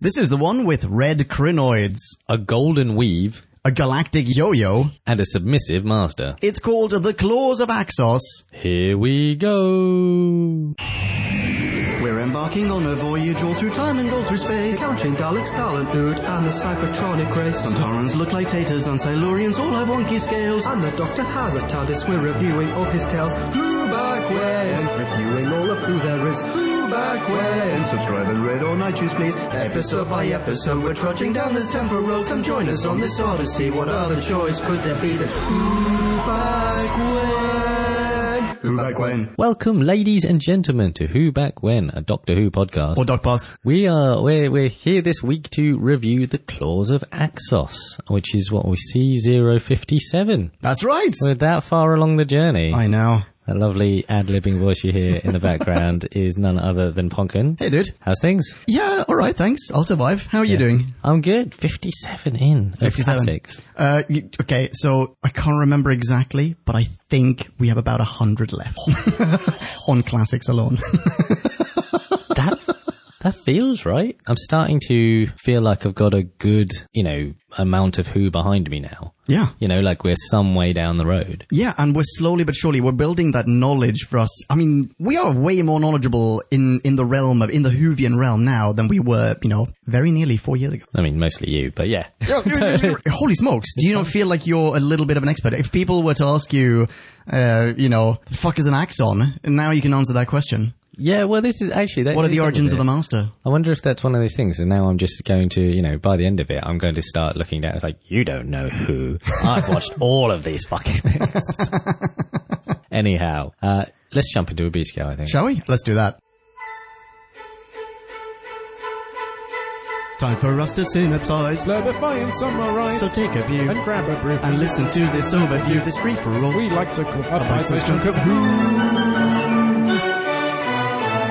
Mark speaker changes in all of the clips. Speaker 1: This is the one with red crinoids,
Speaker 2: a golden weave,
Speaker 1: a galactic yo-yo.
Speaker 2: and a submissive master.
Speaker 1: It's called The Claws of Axos.
Speaker 2: Here we go.
Speaker 3: We're embarking on a voyage all through time and all through space.
Speaker 4: Counting Daleks, Dalenthood, and the Cybertronic race.
Speaker 3: Santarans look like taters and Silurians all have wonky scales.
Speaker 4: And the Doctor has a TARDIS. We're reviewing all his tales. Who back when? Reviewing all of who there is. Who back when?
Speaker 3: And subscribe and rate on iTunes, please. Episode by episode, we're trudging down this temporal road. Come join us on this odyssey. What other choice could there be than who back when? Who back when?
Speaker 2: Welcome, ladies and gentlemen, to Who Back When, a Doctor Who podcast.
Speaker 1: Or DocPast.
Speaker 2: we are we're, we're here this week to review the Claws of Axos, which is what we see 057.
Speaker 1: That's right.
Speaker 2: We're that far along the journey.
Speaker 1: I know.
Speaker 2: That lovely ad-libbing voice you hear in the background is none other than Ponkin.
Speaker 1: Hey, dude.
Speaker 2: How's things?
Speaker 1: Yeah, all right, thanks. I'll survive. How are you doing?
Speaker 2: I'm good. 57 in. of
Speaker 1: 57.
Speaker 2: classics.
Speaker 1: Uh, y- okay, so I can't remember exactly, but I think we have about a hundred left on classics alone.
Speaker 2: that that feels right. I'm starting to feel like I've got a good, you know, amount of who behind me now.
Speaker 1: yeah.
Speaker 2: You know, like we're some way down the road.
Speaker 1: Yeah, and we're slowly but surely we're building that knowledge for us. I mean, we are way more knowledgeable in in the realm of in the Hoovian realm now than we were, you know, very nearly four years ago.
Speaker 2: I mean, mostly you, but yeah.
Speaker 1: Holy smokes! Do you not feel like you're a little bit of an expert? If people were to ask you, uh, you know, the fuck is an axon, now you can answer that question.
Speaker 2: Yeah, well, this is actually. That
Speaker 1: What are
Speaker 2: is
Speaker 1: the
Speaker 2: some
Speaker 1: origins of
Speaker 2: it.
Speaker 1: the master?
Speaker 2: I wonder if that's one of those things. And now I'm just going to, you know, by the end of it, I'm going to start looking down. It's like, you don't know who. I've watched all of these fucking things. Anyhow, uh, let's jump into a Obisco, I think.
Speaker 1: Shall we? Let's do that. Time for us to synopsize.
Speaker 5: Clarify and summarize
Speaker 1: So take a view
Speaker 5: and grab a brew.
Speaker 1: and listen to this overview, this free for all.
Speaker 5: we like to call a
Speaker 1: bite-sized
Speaker 5: bite-sized chunk of who.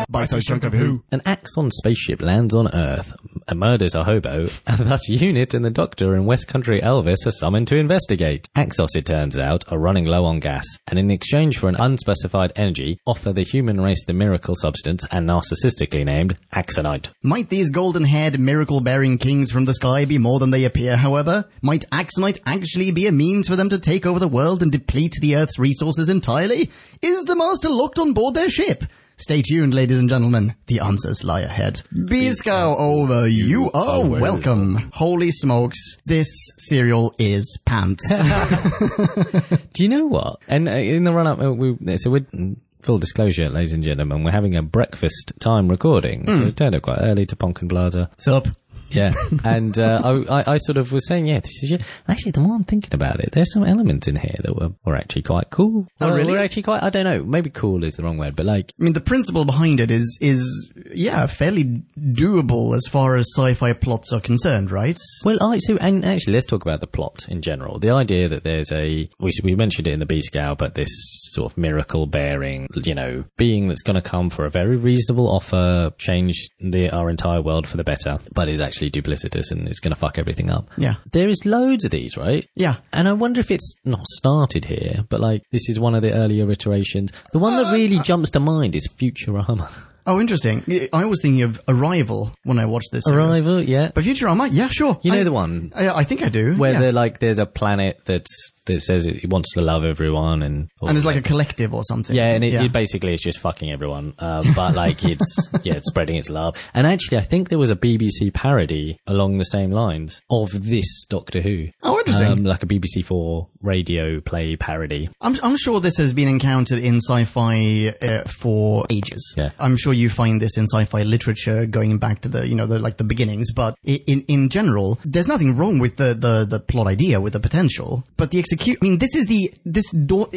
Speaker 5: Bite-sized chunk of who.
Speaker 2: An Axon spaceship lands on Earth, m- murders a hobo, and thus Unit and the Doctor and West Country Elvis are summoned to investigate. Axos, it turns out, are running low on gas, and in exchange for an unspecified energy, offer the human race the miracle substance and narcissistically named Axonite.
Speaker 1: Might these golden-haired, miracle-bearing kings from the sky be more than they appear, however? Might Axonite actually be a means for them to take over the world and deplete the Earth's resources entirely? Is the Master locked on board their ship? Stay tuned, ladies and gentlemen. The answers lie ahead. Biscow over. You are welcome. Holy smokes. This cereal is pants.
Speaker 2: Do you know what? And uh, in the run up, we, so we're, mm, full disclosure, ladies and gentlemen, we're having a breakfast time recording, so it turned up quite early to Ponkin Plaza.
Speaker 1: Sup?
Speaker 2: Yeah, and uh, I, I, I sort of was saying, yeah, this is your, actually the more I'm thinking about it, there's some elements in here that were, were actually quite cool.
Speaker 1: Oh,
Speaker 2: Well,
Speaker 1: really?
Speaker 2: Were actually quite. I don't know. Maybe cool is the wrong word, but like,
Speaker 1: I mean, the principle behind it is is yeah, fairly doable as far as sci-fi plots are concerned, right?
Speaker 2: well, I so and actually, let's talk about the plot in general. The idea that there's a we we mentioned it in the B scale, but this sort of miracle bearing, you know, being that's going to come for a very reasonable offer, change the our entire world for the better, but is actually duplicitous and is going to fuck everything up.
Speaker 1: Yeah.
Speaker 2: There is loads of these, right?
Speaker 1: Yeah.
Speaker 2: And I wonder if it's not started here, but like this is one of the earlier iterations. The one that really jumps to mind is Futurama.
Speaker 1: Oh, interesting. I- I was thinking of Arrival when I watched this. serial.
Speaker 2: Arrival, yeah.
Speaker 1: But Futurama, yeah, sure.
Speaker 2: You know
Speaker 1: I,
Speaker 2: the one
Speaker 1: I, I think I do.
Speaker 2: where
Speaker 1: yeah.
Speaker 2: they're like there's a planet that's that says it wants to love everyone and or-
Speaker 1: and it's like a collective or something.
Speaker 2: yeah, and it,
Speaker 1: yeah.
Speaker 2: it basically is just fucking everyone. Uh, but like it's yeah, it's spreading its love. And actually, I think there was a BBC parody along the same lines of this Doctor Who.
Speaker 1: Oh, interesting.
Speaker 2: Um, like a BBC Four radio play parody.
Speaker 1: I'm, I'm sure this has been encountered in sci-fi uh, for ages.
Speaker 2: Yeah.
Speaker 1: I'm sure you find this in sci-fi literature going back to the, you know, the, like the beginnings. But i- in, in general, there's nothing wrong with the, the, the plot idea, with the potential. But the execute, I mean, this is the, this door,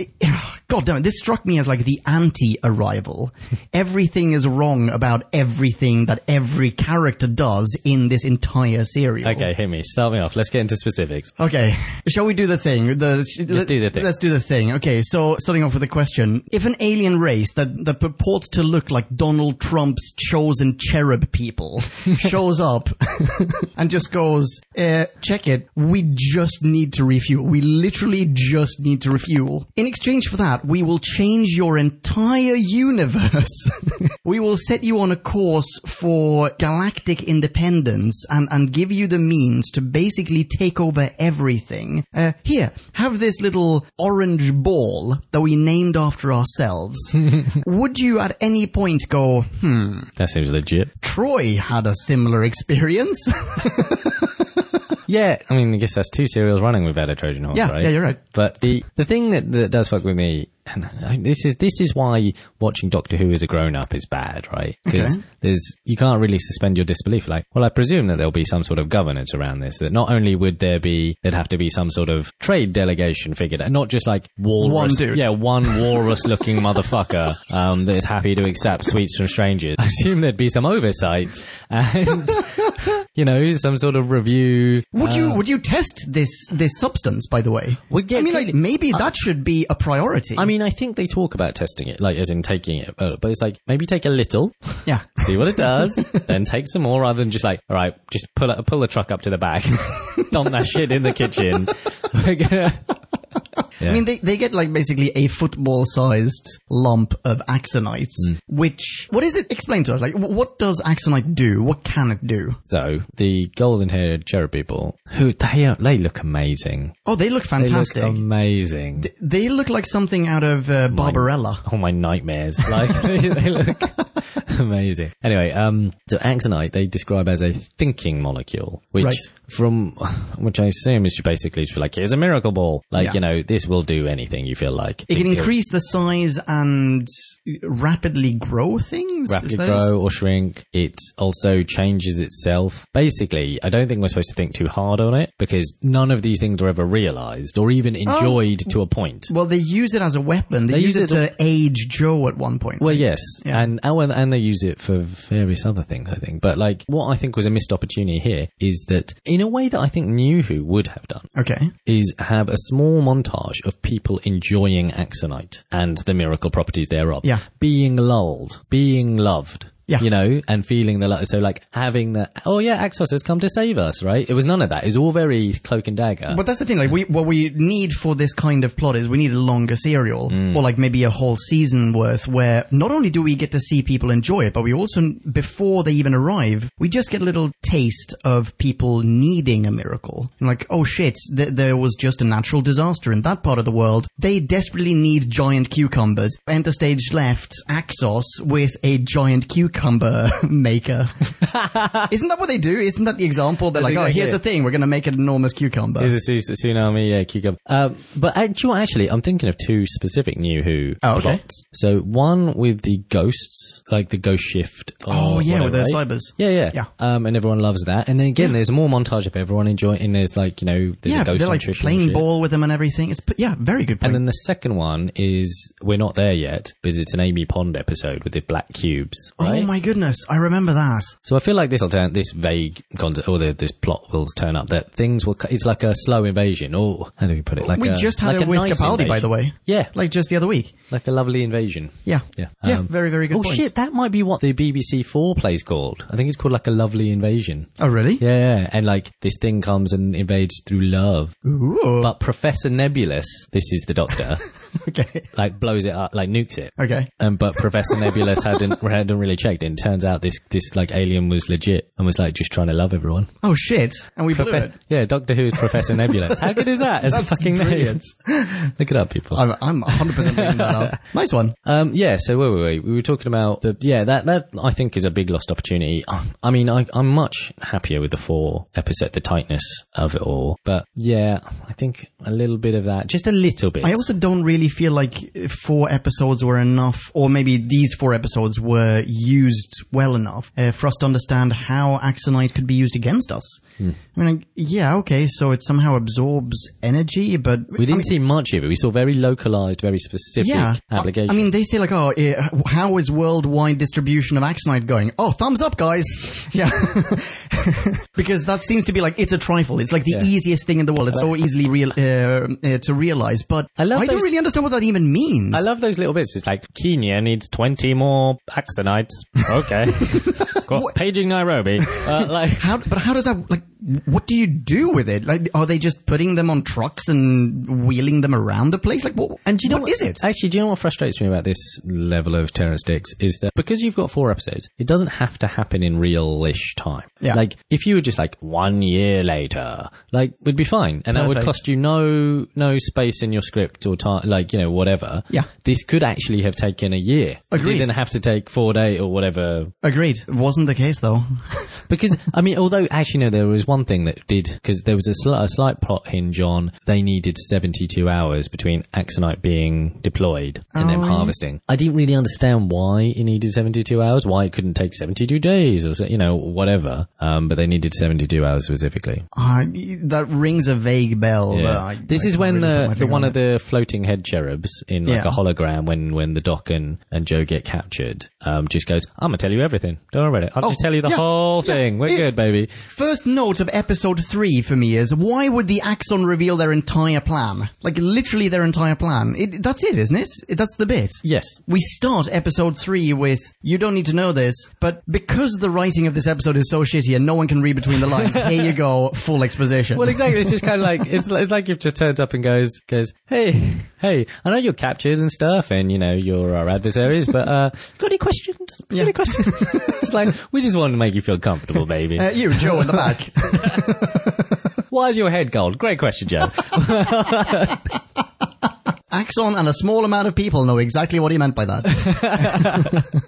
Speaker 1: god damn it, this struck me as like the anti-arrival. everything is wrong about everything that every character does in this entire series.
Speaker 2: Okay, hit me. Start me off. Let's get into specifics.
Speaker 1: Okay, shall we do the thing? The, sh- let's
Speaker 2: do the thing.
Speaker 1: Let's do the thing. Okay, so starting off with a question: If an alien race that that purports to look like Donald Trump's chosen cherub people shows up and just goes, eh, "Check it, we just need to refuel. We literally just need to refuel." In exchange for that, that, we will change your entire universe. we will set you on a course for galactic independence and, and give you the means to basically take over everything. Uh, here, have this little orange ball that we named after ourselves. Would you at any point go, hmm,
Speaker 2: That seems legit.
Speaker 1: Troy had a similar experience?
Speaker 2: Yeah, I mean, I guess that's two serials running we've had a Trojan horse,
Speaker 1: Yeah,
Speaker 2: right?
Speaker 1: yeah, you're right.
Speaker 2: But the the thing that, that does fuck with me, and I- this is this is why watching Doctor Who as a grown up is bad, right? Because
Speaker 1: Okay.
Speaker 2: there's you can't really suspend your disbelief. Like, well, I presume that there'll be some sort of governance around this. That not only would there be, there'd have to be some sort of trade delegation figured, out, not just like walrus,
Speaker 1: One dude.
Speaker 2: yeah, one walrus looking motherfucker um, that is happy to accept sweets from strangers. I assume there'd be some oversight and you know some sort of review.
Speaker 1: Would you would you test this this substance? By the way,
Speaker 2: Uh. Well, yeah,
Speaker 1: I mean, like
Speaker 2: clearly-
Speaker 1: maybe that should be a priority.
Speaker 2: I mean, I think they talk about testing it, like as in taking it, uh, but it's like maybe take a little,
Speaker 1: yeah,
Speaker 2: see what it does, then take some more, rather than just like, all right, just pull a, pull the truck up to the back, dump that shit in the kitchen. We're gonna-
Speaker 1: I mean, they, they get like basically a football sized lump of axonites, which what is it? Explain to us. Like, wh- what does axonite do? What can it do?
Speaker 2: so the golden-haired cherub people, who they are, they look amazing,
Speaker 1: Oh, they look um,
Speaker 2: they
Speaker 1: fantastic. They
Speaker 2: look
Speaker 1: look,
Speaker 2: amazing.
Speaker 1: like something out of uh, Barbarella.
Speaker 2: all my nightmares. Like they, they look amazing. Anyway, um, so axonite they describe as a thinking molecule, which
Speaker 1: Right.
Speaker 2: from which I assume is basically just like here's a miracle ball. Like
Speaker 1: Yeah.
Speaker 2: you know, this will do anything you feel like.
Speaker 1: It can
Speaker 2: It'll
Speaker 1: increase the size and rapidly grow things. Is
Speaker 2: Rapidly
Speaker 1: that-
Speaker 2: grow or shrink. It also changes itself. Basically, I don't think we're supposed to think too hard on it because none of these things are ever realized or even
Speaker 1: Oh.
Speaker 2: enjoyed to a point.
Speaker 1: Well, they use it as a weapon. They, use, it, to age Joe at one point.
Speaker 2: Well,
Speaker 1: right?
Speaker 2: yes,
Speaker 1: Yeah.
Speaker 2: and oh, and and they use it for various other things, I think. But like, what I think was a missed opportunity here is that, in a way that I think New Who would have done,
Speaker 1: Okay.
Speaker 2: is have a small montage of people enjoying Axonite and the miracle properties thereof,
Speaker 1: Yeah.
Speaker 2: being lulled, being loved.
Speaker 1: Yeah.
Speaker 2: You know, and feeling the love. So, like, having the, oh, yeah, Axos has come to save us, right? It was none of that. It was all very cloak and dagger.
Speaker 1: But that's the thing. Like, we what we need for this kind of plot is we need a longer serial, or like maybe a whole season worth, where not only do we get to see people enjoy it, but we also, before they even arrive, we just get a little taste of people needing a miracle. And like, oh shit, th- there was just a natural disaster in that part of the world. They desperately need giant cucumbers. Enter stage left, Axos with a giant cucumber maker. Isn't that what they do? Isn't that the example? They're
Speaker 2: That's
Speaker 1: like, oh,
Speaker 2: exactly
Speaker 1: here's
Speaker 2: it.
Speaker 1: the thing. We're going to make an enormous cucumber.
Speaker 2: Is a tsu- tsunami, yeah, cucumber. Um, but uh, do you know what, actually, I'm thinking of two specific New Who
Speaker 1: Oh, okay.
Speaker 2: plots. So one with the ghosts, like the ghost shift. or
Speaker 1: Oh, yeah, with
Speaker 2: whatever,
Speaker 1: the
Speaker 2: right?
Speaker 1: cybers.
Speaker 2: Yeah, yeah,
Speaker 1: Yeah.
Speaker 2: Um, and everyone loves that. And then again, there's more montage of everyone enjoying. And there's like you know, there's
Speaker 1: Yeah,
Speaker 2: a ghost
Speaker 1: they're
Speaker 2: on
Speaker 1: like
Speaker 2: Trish and
Speaker 1: playing
Speaker 2: shit.
Speaker 1: ball with them and everything. It's yeah, very good point.
Speaker 2: And then the second one is we're not there yet because it's an Amy Pond episode with the black cubes. Right?
Speaker 1: Oh my goodness, I remember that.
Speaker 2: So I feel like this will turn this vague concept or the, this plot will turn up that things will. cu- It's like a slow invasion. or how do we put it? Like
Speaker 1: we
Speaker 2: a-
Speaker 1: just had
Speaker 2: like
Speaker 1: it with
Speaker 2: nice
Speaker 1: Capaldi, by
Speaker 2: invasion.
Speaker 1: the way.
Speaker 2: Yeah, like,
Speaker 1: Like just the other week.
Speaker 2: like a lovely invasion.
Speaker 1: Yeah,
Speaker 2: Yeah.
Speaker 1: yeah.
Speaker 2: Um,
Speaker 1: very, very good.
Speaker 2: Oh
Speaker 1: point.
Speaker 2: shit, that might be what the BBC Four play's called. I think it's called like a lovely invasion.
Speaker 1: Oh really?
Speaker 2: Yeah, yeah, and like this thing comes and invades through love.
Speaker 1: Ooh.
Speaker 2: But Professor Nebulous, this is the Doctor,
Speaker 1: okay.
Speaker 2: like blows it up, like nukes it.
Speaker 1: Okay.
Speaker 2: Um, but Professor Nebulous hadn't hadn't really checked it. And turns out this this like alien was legit and was like just trying to love everyone.
Speaker 1: Oh shit, and we blew it.
Speaker 2: Professor, yeah, Doctor Who is Professor Nebulous. How good is that? As a
Speaker 1: That's
Speaker 2: fucking
Speaker 1: brilliant.
Speaker 2: name. Look it up, people.
Speaker 1: I'm I'm 100 percent making that up. Nice one.
Speaker 2: Um, yeah, so wait, wait, wait. We were talking about the yeah that that I think is a big lost opportunity. Uh, I mean, I, I'm much happier with the four episode, the tightness of it all. But yeah, I think a little bit of that, just a little bit.
Speaker 1: I also don't really feel like four episodes were enough, or maybe these four episodes were used well enough uh, for us to understand how Axonite could be used against us.
Speaker 2: Hmm.
Speaker 1: I mean, like, yeah, okay, so it somehow absorbs energy, but
Speaker 2: we didn't see much of it. We saw very localized, very specific
Speaker 1: yeah, I-
Speaker 2: application.
Speaker 1: I mean, they say like, "Oh, eh, how is worldwide distribution of Axonite going?" Oh, thumbs up, guys! Yeah, because that seems to be like it's a trifle. It's like the
Speaker 2: Yeah.
Speaker 1: easiest thing in the world. It's so easily real, uh, uh, to realize, but
Speaker 2: I
Speaker 1: I,
Speaker 2: love
Speaker 1: don't
Speaker 2: those-
Speaker 1: really understand what that even means.
Speaker 2: I love those little bits. It's like Kenya needs twenty more axonites. Okay, Got paging Nairobi. Uh, like
Speaker 1: How, but how does that like? what do you do with it? Like, are they just putting them on trucks and wheeling them around the place? Like, what?
Speaker 2: And do you know
Speaker 1: what is it?
Speaker 2: Actually, do you know what frustrates me about this level of Terrence Dix is that because you've got four episodes, it doesn't have to happen in real-ish time.
Speaker 1: Yeah.
Speaker 2: Like if you were just like one year later, like we'd be fine, and that would
Speaker 1: Perfect.
Speaker 2: cost you no no space in your script or time, like you know whatever.
Speaker 1: Yeah.
Speaker 2: This could actually have taken a year.
Speaker 1: Agreed.
Speaker 2: It didn't have to take four days or whatever
Speaker 1: Agreed. Wasn't the case though.
Speaker 2: because I mean, although actually no, there was one thing that did because there was a, sli- a slight plot hinge on they needed seventy-two hours between Axonite being deployed and
Speaker 1: Oh,
Speaker 2: them harvesting. I didn't really understand why it needed seventy-two hours, why it couldn't take seventy-two days, or so, you know whatever. Um, but they needed seventy-two hours specifically.
Speaker 1: Uh, that rings a vague bell. But I,
Speaker 2: this
Speaker 1: I
Speaker 2: is
Speaker 1: can't
Speaker 2: when
Speaker 1: really put my
Speaker 2: the, the
Speaker 1: finger
Speaker 2: one
Speaker 1: on
Speaker 2: of the floating head cherubs in like
Speaker 1: Yeah.
Speaker 2: a hologram when when the Doc and, and Joe get captured um, just goes, "I'm gonna tell you everything. Don't worry about it. I'll just tell you the
Speaker 1: Oh, yeah,
Speaker 2: whole
Speaker 1: yeah,
Speaker 2: thing. We're
Speaker 1: yeah.
Speaker 2: good, baby."
Speaker 1: First note of episode three for me is why would the Axon reveal their entire plan? Like literally their entire plan. It, that's it, isn't it? It- That's the bit.
Speaker 2: Yes.
Speaker 1: We start episode three with you don't need to know this, but because the writing of this episode is so shitty and no one can read between the lines, here you go, full exposition.
Speaker 2: Well, exactly. It's just kind of like it's it's like if just turns up and goes goes, hey, hey, I know you're captured and stuff, and you know you're our adversaries, but uh, got any questions? Got Any questions? it's like we just want to make you feel comfortable, baby.
Speaker 1: Uh, you, Joe, in the back.
Speaker 2: Why is your head gold? Great question, Joe.
Speaker 1: Axon and a small amount of people know exactly what he meant by that.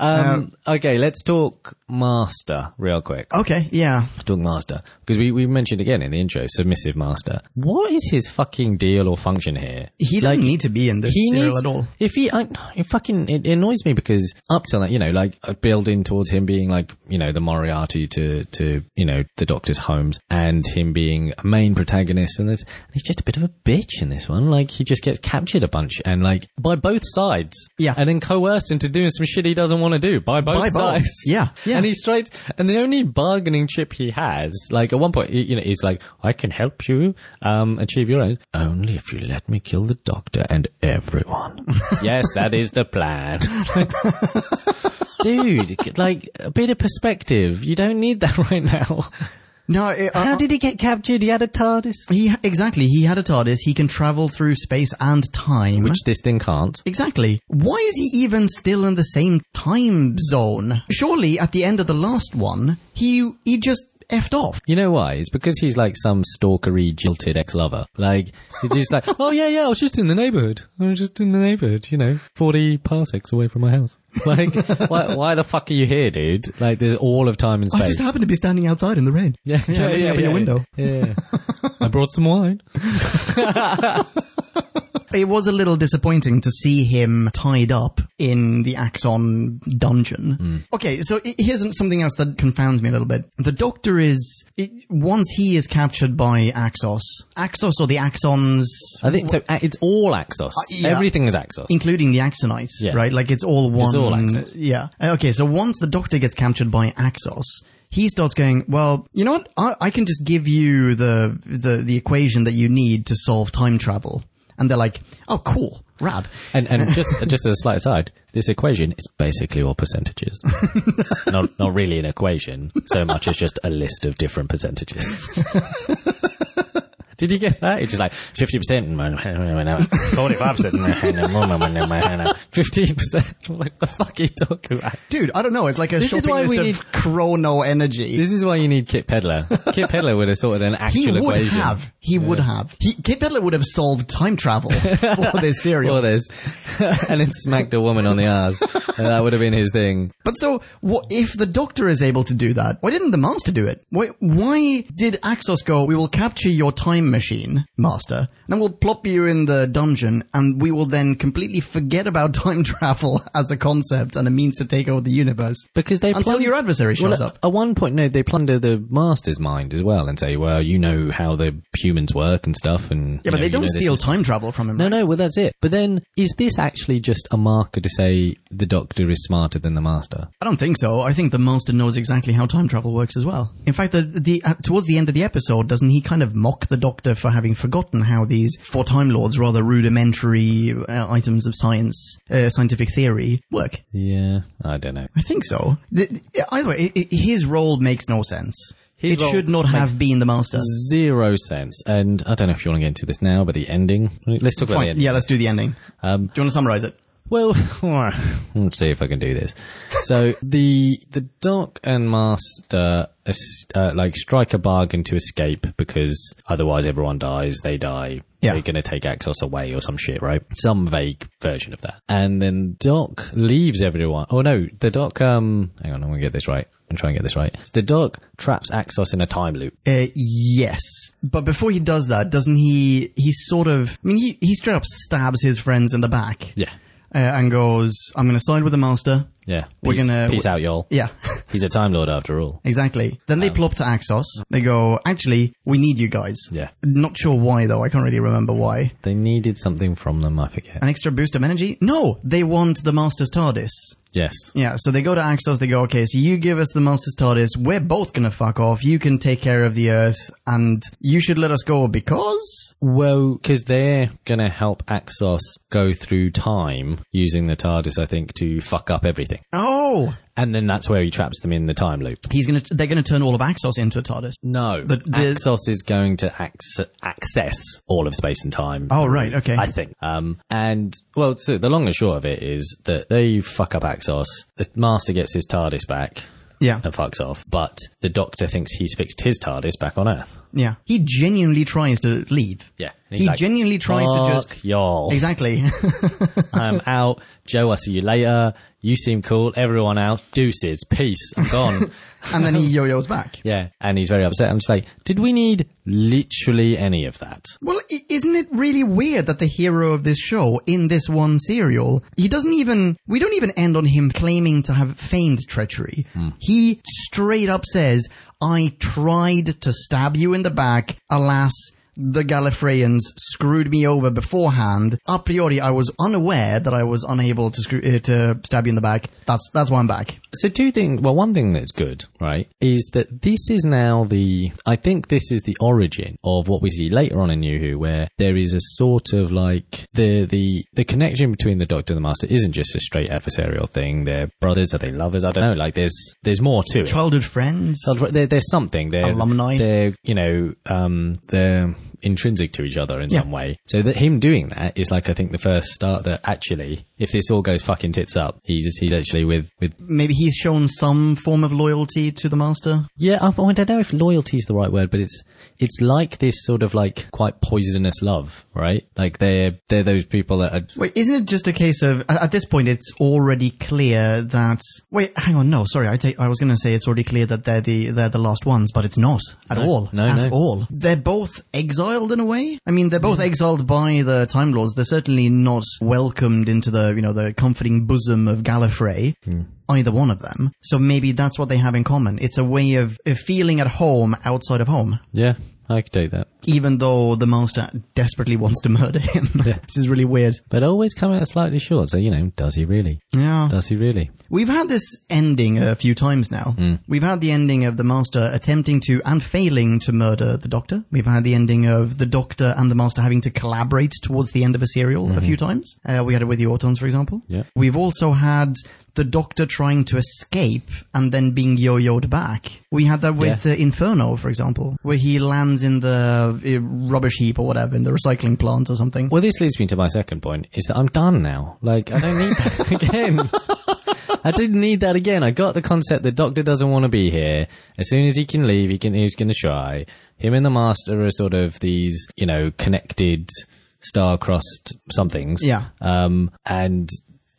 Speaker 2: Um, okay, let's talk master real quick.
Speaker 1: Okay, yeah.
Speaker 2: Let's talk master because we we mentioned again in the intro, submissive master. What is his fucking deal or function here?
Speaker 1: He doesn't need to be in this serial at all.
Speaker 2: If he, I, it fucking, it annoys me because up till that, you know, like a building towards him being like, you know, the Moriarty to, to, you know, the Doctor's Holmes and him being a main protagonist and this, and he's just a bit of a bitch in this one. Like he just gets captured a bunch and like by both sides.
Speaker 1: Yeah.
Speaker 2: And then coerced into doing some shit he doesn't want to do by both
Speaker 1: By both.
Speaker 2: sides.
Speaker 1: Yeah, yeah.
Speaker 2: And he's straight, and the only bargaining chip he has, like at one point, you you know, he's like, I can help you, um, achieve your own. Only if you let me kill the doctor and everyone. yes, that is the plan. Dude, like, a bit of perspective. You don't need that right now.
Speaker 1: No, it, uh,
Speaker 2: How did he get captured? He had a TARDIS.
Speaker 1: he exactly. He had a TARDIS. He can travel through space and time.
Speaker 2: Which this thing can't.
Speaker 1: Exactly. Why is he even still in the same time zone? Surely at the end of the last one, he he just effed off.
Speaker 2: You know why? It's because he's like some stalkery, jilted ex-lover. Like, he's just like, oh yeah, yeah, I was just in the neighborhood. I was just in the neighborhood, you know, 40 parsecs away from my house. Like, why, why the fuck are you here, dude? Like, there's all of time and space.
Speaker 1: I just happened to be standing outside in the rain. looking out of your window.
Speaker 2: Yeah. I brought some wine.
Speaker 1: It was a little disappointing to see him tied up in the Axon dungeon. Okay, so i- here's something else that confounds me a little bit. The Doctor is i once he is captured by Axos, Axos or the Axons,
Speaker 2: I think, so uh, it's all Axos.
Speaker 1: yeah.
Speaker 2: Everything is Axos.
Speaker 1: including the Axonites,
Speaker 2: Yeah.
Speaker 1: right? Like it's all one.
Speaker 2: all Axos.
Speaker 1: Yeah. Uh, Okay, so once the Doctor gets captured by Axos. He starts going, well, you know what? I, I can just give you the, the, the equation that you need to solve time travel. And they're like, oh, cool, rad.
Speaker 2: and, and just, just as a slight aside, this equation is basically all percentages. It's not, not really an equation so much as just a list of different percentages. Did you get that? It's just like 50%, 45%, 15%. Like, the fuck are you talking about?
Speaker 1: Dude, I don't know. It's like a
Speaker 2: This is
Speaker 1: shopping
Speaker 2: why
Speaker 1: list
Speaker 2: we
Speaker 1: of
Speaker 2: need-
Speaker 1: chrono energy.
Speaker 2: This is why you need Kit Pedler. Kit Pedler would have sorted an actual
Speaker 1: he would
Speaker 2: equation.
Speaker 1: have. He would have. He, Kate Pedler would have solved time travel for this serial.
Speaker 2: Or this. and then smacked a woman on the ass. And that would have been his thing.
Speaker 1: But so, what if the Doctor is able to do that? Why didn't the Master do it? Why, why did Axos go, we will capture your time machine, Master, and then we'll plop you in the dungeon, and we will then completely forget about time travel as a concept and a means to take over the universe?
Speaker 2: Because they
Speaker 1: Until
Speaker 2: plun-
Speaker 1: your adversary
Speaker 2: Well,
Speaker 1: shows
Speaker 2: at-
Speaker 1: up.
Speaker 2: At one point, no, they plunder the master's mind as well and say, "Well, you know how the humans work and stuff." And
Speaker 1: Yeah, but
Speaker 2: you know,
Speaker 1: they
Speaker 2: you know
Speaker 1: don't
Speaker 2: this
Speaker 1: steal
Speaker 2: and-
Speaker 1: time travel from him.
Speaker 2: No,
Speaker 1: right?
Speaker 2: no. Well, that's it. But then, is this actually just a marker to say the doctor is smarter than the master?
Speaker 1: I don't think so. I think the monster knows exactly how time travel works as well. In fact, the, the uh, towards the end of the episode, doesn't he kind of mock the Doctor for having forgotten how these four Time Lords, rather rudimentary uh, items of science, uh, scientific theory, work?
Speaker 2: Yeah, I don't know.
Speaker 1: I think so. The, either way, i i his role makes no sense.
Speaker 2: His
Speaker 1: it
Speaker 2: role
Speaker 1: should not have been the master.
Speaker 2: Zero sense. And I don't know if you want to get into this now, but the ending. Let's talk about the
Speaker 1: Fine.
Speaker 2: ending.
Speaker 1: Yeah, let's do the ending.
Speaker 2: Um,
Speaker 1: do you want to summarize it?
Speaker 2: Well, let's see if I can do this. So the the Doc and Master es- uh, like strike a bargain to escape because otherwise everyone dies. They die.
Speaker 1: Yeah.
Speaker 2: They're gonna take Axos away or some shit, right? Some vague version of that. And then Doc leaves everyone. Oh no, the Doc. Um, hang on, I'm gonna get this right. I'm trying to get this right. The Doc traps Axos in a time loop.
Speaker 1: Uh, yes. But before he does that, doesn't he, he sort of, I mean, he, he straight up stabs his friends in the back.
Speaker 2: Yeah,
Speaker 1: Uh, and goes, I'm going to side with the master.
Speaker 2: yeah.
Speaker 1: We're
Speaker 2: Peace-
Speaker 1: gonna-
Speaker 2: peace out, y'all.
Speaker 1: Yeah. Um,
Speaker 2: He's a Time Lord after all.
Speaker 1: Exactly. Then they plop to Axos. They go, actually, we need you guys.
Speaker 2: Yeah.
Speaker 1: Not sure why though. I can't really remember why.
Speaker 2: They needed something from them. I forget.
Speaker 1: An extra boost of energy? No, they want the Master's TARDIS.
Speaker 2: Yes.
Speaker 1: Yeah, so they go to Axos. They go, okay, so you give us the Master's TARDIS. We're both gonna fuck off. You can take care of the Earth, and you should let us go because
Speaker 2: Well, because they're going to help Axos go through time using the TARDIS, I think, to fuck up everything.
Speaker 1: oh,
Speaker 2: And then that's where he traps them in the time loop.
Speaker 1: he's gonna. They're gonna turn all of Axos into a TARDIS.
Speaker 2: No,
Speaker 1: But the-
Speaker 2: Axos is going to acc- access all of space and time.
Speaker 1: Oh, right, okay.
Speaker 2: I think. Um, and well, so the long and short of it is that they fuck up Axos. The Master gets his TARDIS back
Speaker 1: Yeah,
Speaker 2: and fucks off, but the Doctor thinks he's fixed his TARDIS back on Earth.
Speaker 1: yeah. He genuinely tries to leave.
Speaker 2: Yeah, and he's
Speaker 1: he
Speaker 2: like,
Speaker 1: genuinely tries to just.
Speaker 2: Fuck y'all.
Speaker 1: Exactly.
Speaker 2: I'm out. Joe, I'll see you later. You seem cool. Everyone out. Deuces. Peace. I'm gone.
Speaker 1: and then he yo-yos back.
Speaker 2: yeah. And he's very upset. I'm just like, did we need literally any of that?
Speaker 1: Well, i- isn't it really weird that the hero of this show, in this one serial, he doesn't even, we don't even end on him claiming to have feigned treachery.
Speaker 2: Hmm.
Speaker 1: He straight up says, I tried to stab you in the back. Alas, the Gallifreyans screwed me over beforehand. A priori, I was unaware that I was unable to screw, uh, to stab you in the back. That's, that's why I'm back.
Speaker 2: So two things. Well, one thing that's good, right, is that this is now the. I think this is the origin of what we see later on in New Who, where there is a sort of like the the the connection between the Doctor and the Master isn't just a straight adversarial thing. They're brothers. Are they lovers? I don't know. Like there's there's more to it.
Speaker 1: Childhood friends.
Speaker 2: That's right. There, there's something. They're,
Speaker 1: Alumni.
Speaker 2: They're you know um, they're intrinsic to each other in
Speaker 1: Yeah.
Speaker 2: some way. So that him doing that is like I think the first start that actually, if this all goes fucking tits up, he's he's actually with with
Speaker 1: Maybe he's shown some form of loyalty to the master.
Speaker 2: yeah. I, I don't know if loyalty is the right word, but it's it's like this sort of like quite poisonous love, right? Like they're they're those people that are
Speaker 1: Wait, isn't it just a case of a- at this point it's already clear that wait, hang on, no, sorry, I take I was going to say it's already clear that they're the they're the last ones, but it's not at all,
Speaker 2: no,
Speaker 1: at
Speaker 2: no. Hmm.
Speaker 1: all. They're both exiled in a way. I mean, they're both exiled by the Time Lords. They're certainly not welcomed into the you know the comforting bosom of Gallifrey.
Speaker 2: Hmm.
Speaker 1: Either one of them. So maybe that's what they have in common. It's a way of, of feeling at home outside of home,
Speaker 2: yeah. I could take that.
Speaker 1: even though the master desperately wants to murder him. this is really weird.
Speaker 2: But always come out slightly short. So, you know, does he really?
Speaker 1: Yeah.
Speaker 2: Does he really?
Speaker 1: We've had this ending a few times now. We've had the ending of the Master attempting to and failing to murder the Doctor. We've had the ending of the Doctor and the Master having to collaborate towards the end of a serial a few times. Uh, we had it with the Autons, for example.
Speaker 2: Yeah.
Speaker 1: We've also had the Doctor trying to escape and then being yo-yoed back. We had that with uh, Inferno, for example, where he lands in the uh, rubbish heap or whatever, in the recycling plant or something.
Speaker 2: Well, this leads me to my second point: is that I'm done now. Like, I don't need that again. I didn't need that again. I got the concept the doctor doesn't want to be here. As soon as he can leave, he can. He's going to try. Him and the master are sort of these, you know, connected, star-crossed somethings.
Speaker 1: Yeah.
Speaker 2: Um, and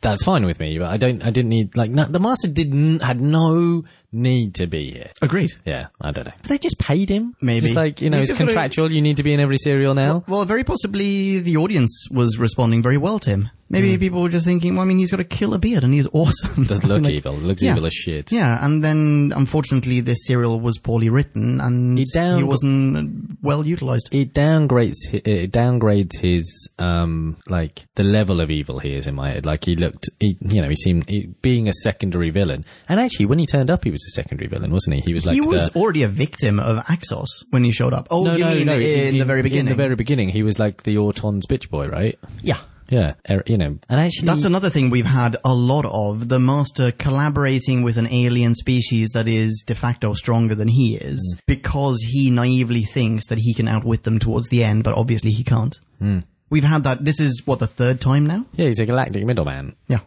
Speaker 2: that's fine with me. But I don't. I didn't need like no, the master didn't had no need to be here.
Speaker 1: Agreed.
Speaker 2: Yeah, I don't know. They just paid him.
Speaker 1: Maybe.
Speaker 2: Just like you know,
Speaker 1: He's
Speaker 2: it's
Speaker 1: just gotta-
Speaker 2: contractual. You need to be in every serial now.
Speaker 1: Well, very possibly the audience was responding very well to him. Maybe people were just thinking, well, I mean, he's got a killer beard and he's awesome.
Speaker 2: Hmm. Does look
Speaker 1: Like,
Speaker 2: evil. Looks
Speaker 1: yeah.
Speaker 2: evil as shit.
Speaker 1: Yeah, and then unfortunately, this serial was poorly written and
Speaker 2: He
Speaker 1: he,
Speaker 2: down-
Speaker 1: wasn't well utilized.
Speaker 2: it downgrades hi- it downgrades his um like the level of evil he is in my head. Like he looked, he, you know, he seemed he, being a secondary villain. And actually, when he turned up, he was a secondary villain, wasn't he? He was like
Speaker 1: he was
Speaker 2: the,
Speaker 1: already a victim of Axos when he showed up. Oh, you mean in, the very
Speaker 2: In
Speaker 1: beginning?
Speaker 2: the very beginning, he was like the Autons bitch boy, right?
Speaker 1: yeah.
Speaker 2: Yeah, er, you know, and actually,
Speaker 1: That's another thing we've had a lot of. The master collaborating with an alien species that is de facto stronger than he is because he naively thinks that he can outwit them towards the end, but obviously he can't. We've had that. This is what the third time now.
Speaker 2: yeah, he's a galactic middleman.
Speaker 1: Yeah,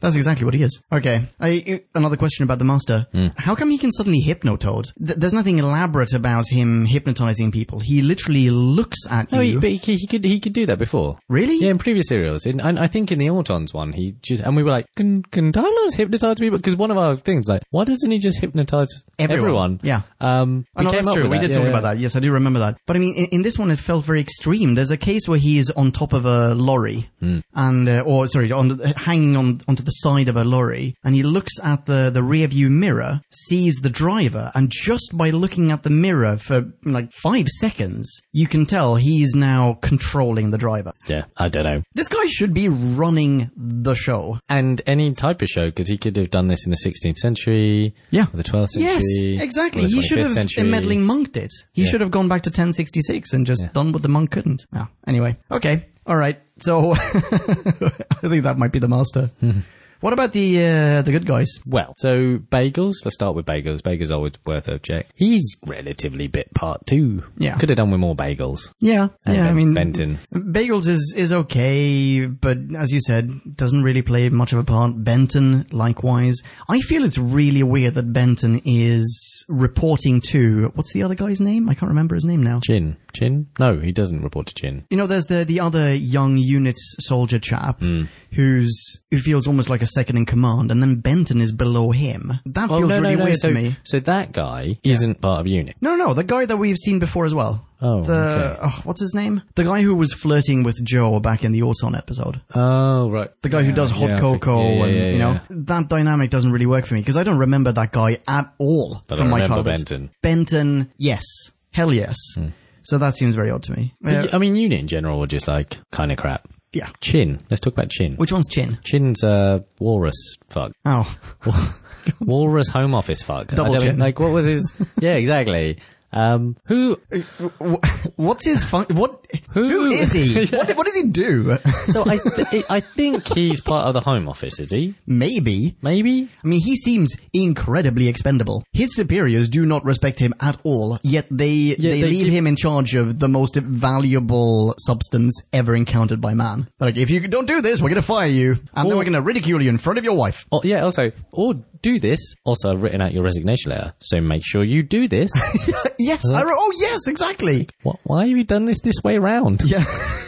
Speaker 1: that's exactly what he is. Okay, I, another question about the master. How come he can suddenly hypnotoad? Th- there's nothing elaborate about him hypnotizing people. He literally looks at
Speaker 2: No,
Speaker 1: you.
Speaker 2: he, but he, could- he could he could do that before.
Speaker 1: Really?
Speaker 2: Yeah, in previous serials, in, and I think in the Autons one, he just and we were like, can can Dialos hypnotize people? Because one of our things like, why doesn't he just hypnotize
Speaker 1: Everyone. Yeah.
Speaker 2: Um.
Speaker 1: Oh,
Speaker 2: we
Speaker 1: no,
Speaker 2: came
Speaker 1: that's
Speaker 2: up
Speaker 1: true.
Speaker 2: with
Speaker 1: We
Speaker 2: that.
Speaker 1: did
Speaker 2: Yeah,
Speaker 1: talk
Speaker 2: yeah.
Speaker 1: about that. Yes, I do remember that. But I mean, in, in this one, it felt very extreme. There's a case where he is on top of a lorry, and uh, or sorry, on the, hanging on onto the side of a lorry, and he looks at the the rear view mirror, sees the driver, and just by looking at the mirror for like five seconds, you can tell he's now controlling the driver.
Speaker 2: Yeah, I don't know.
Speaker 1: This guy should be running the show.
Speaker 2: And any type of show, because he could have done this in the 16th century,
Speaker 1: Yeah.
Speaker 2: or the 12th century,
Speaker 1: Yes,
Speaker 2: or
Speaker 1: exactly.
Speaker 2: the
Speaker 1: He should
Speaker 2: 25th
Speaker 1: have
Speaker 2: century.
Speaker 1: meddling monked it. He
Speaker 2: Yeah.
Speaker 1: should have gone back to 1066 and just done what the monk couldn't. Ah, anyway, okay, all right. So I think that might be the master. what about the uh, the good guys?
Speaker 2: Well, so bagels. Let's start with bagels. Bagels are always worth a check. He's relatively bit part two.
Speaker 1: Yeah.
Speaker 2: could have done with more bagels.
Speaker 1: Yeah,
Speaker 2: And
Speaker 1: yeah. I
Speaker 2: Ben-
Speaker 1: mean,
Speaker 2: Benton.
Speaker 1: Bagels is is okay, but as you said, doesn't really play much of a part. Benton, likewise. I feel it's really weird that Benton is reporting to what's the other guy's name? I can't remember his name now.
Speaker 2: Chin, chin. No, he doesn't report to Chin.
Speaker 1: You know, there's the the other young unit soldier chap
Speaker 2: Hmm.
Speaker 1: who's who feels almost like a second in command, and then Benton is below him. That
Speaker 2: Oh,
Speaker 1: feels really weird
Speaker 2: so,
Speaker 1: to me.
Speaker 2: So that guy isn't part of unit.
Speaker 1: No, no, the guy that we've seen before as well.
Speaker 2: Oh,
Speaker 1: the
Speaker 2: okay.
Speaker 1: oh, what's his name? The guy who was flirting with Joe back in the Auton episode.
Speaker 2: Oh right,
Speaker 1: The guy who does hot cocoa, and you know that dynamic doesn't really work for me because I don't remember that guy at all
Speaker 2: But
Speaker 1: from
Speaker 2: I
Speaker 1: my
Speaker 2: remember
Speaker 1: childhood.
Speaker 2: Benton. Hmm.
Speaker 1: Benton, yes, hell yes. So that seems very odd to me. Uh,
Speaker 2: I mean, unit in general were just like kind of crap.
Speaker 1: yeah.
Speaker 2: Chin. Let's talk about Chin.
Speaker 1: Which one's Chin?
Speaker 2: Chin's a walrus fuck.
Speaker 1: Oh,
Speaker 2: walrus Home Office fuck. I
Speaker 1: Double
Speaker 2: don't
Speaker 1: chin.
Speaker 2: like what was his? yeah, exactly. Um, who?
Speaker 1: Wh- What's his fun? What?
Speaker 2: Who-
Speaker 1: who is he?
Speaker 2: Yeah.
Speaker 1: what, what does he do?
Speaker 2: So I, th- I think he's part of the Home Office. Is he?
Speaker 1: Maybe.
Speaker 2: Maybe.
Speaker 1: I mean, he seems incredibly expendable. His superiors do not respect him at all, yet they they,
Speaker 2: they
Speaker 1: leave
Speaker 2: give-
Speaker 1: him in charge of the most valuable substance ever encountered by man. They're Like, if you don't do this, we're going to fire you, and then
Speaker 2: Or-
Speaker 1: we're going to ridicule you in front of your wife.
Speaker 2: Oh, yeah, also, or do this. Also, I've written out your resignation letter, so make sure you do this.
Speaker 1: Yes, I re- oh yes, exactly.
Speaker 2: Wh- Why have you done this this way round?
Speaker 1: Yeah.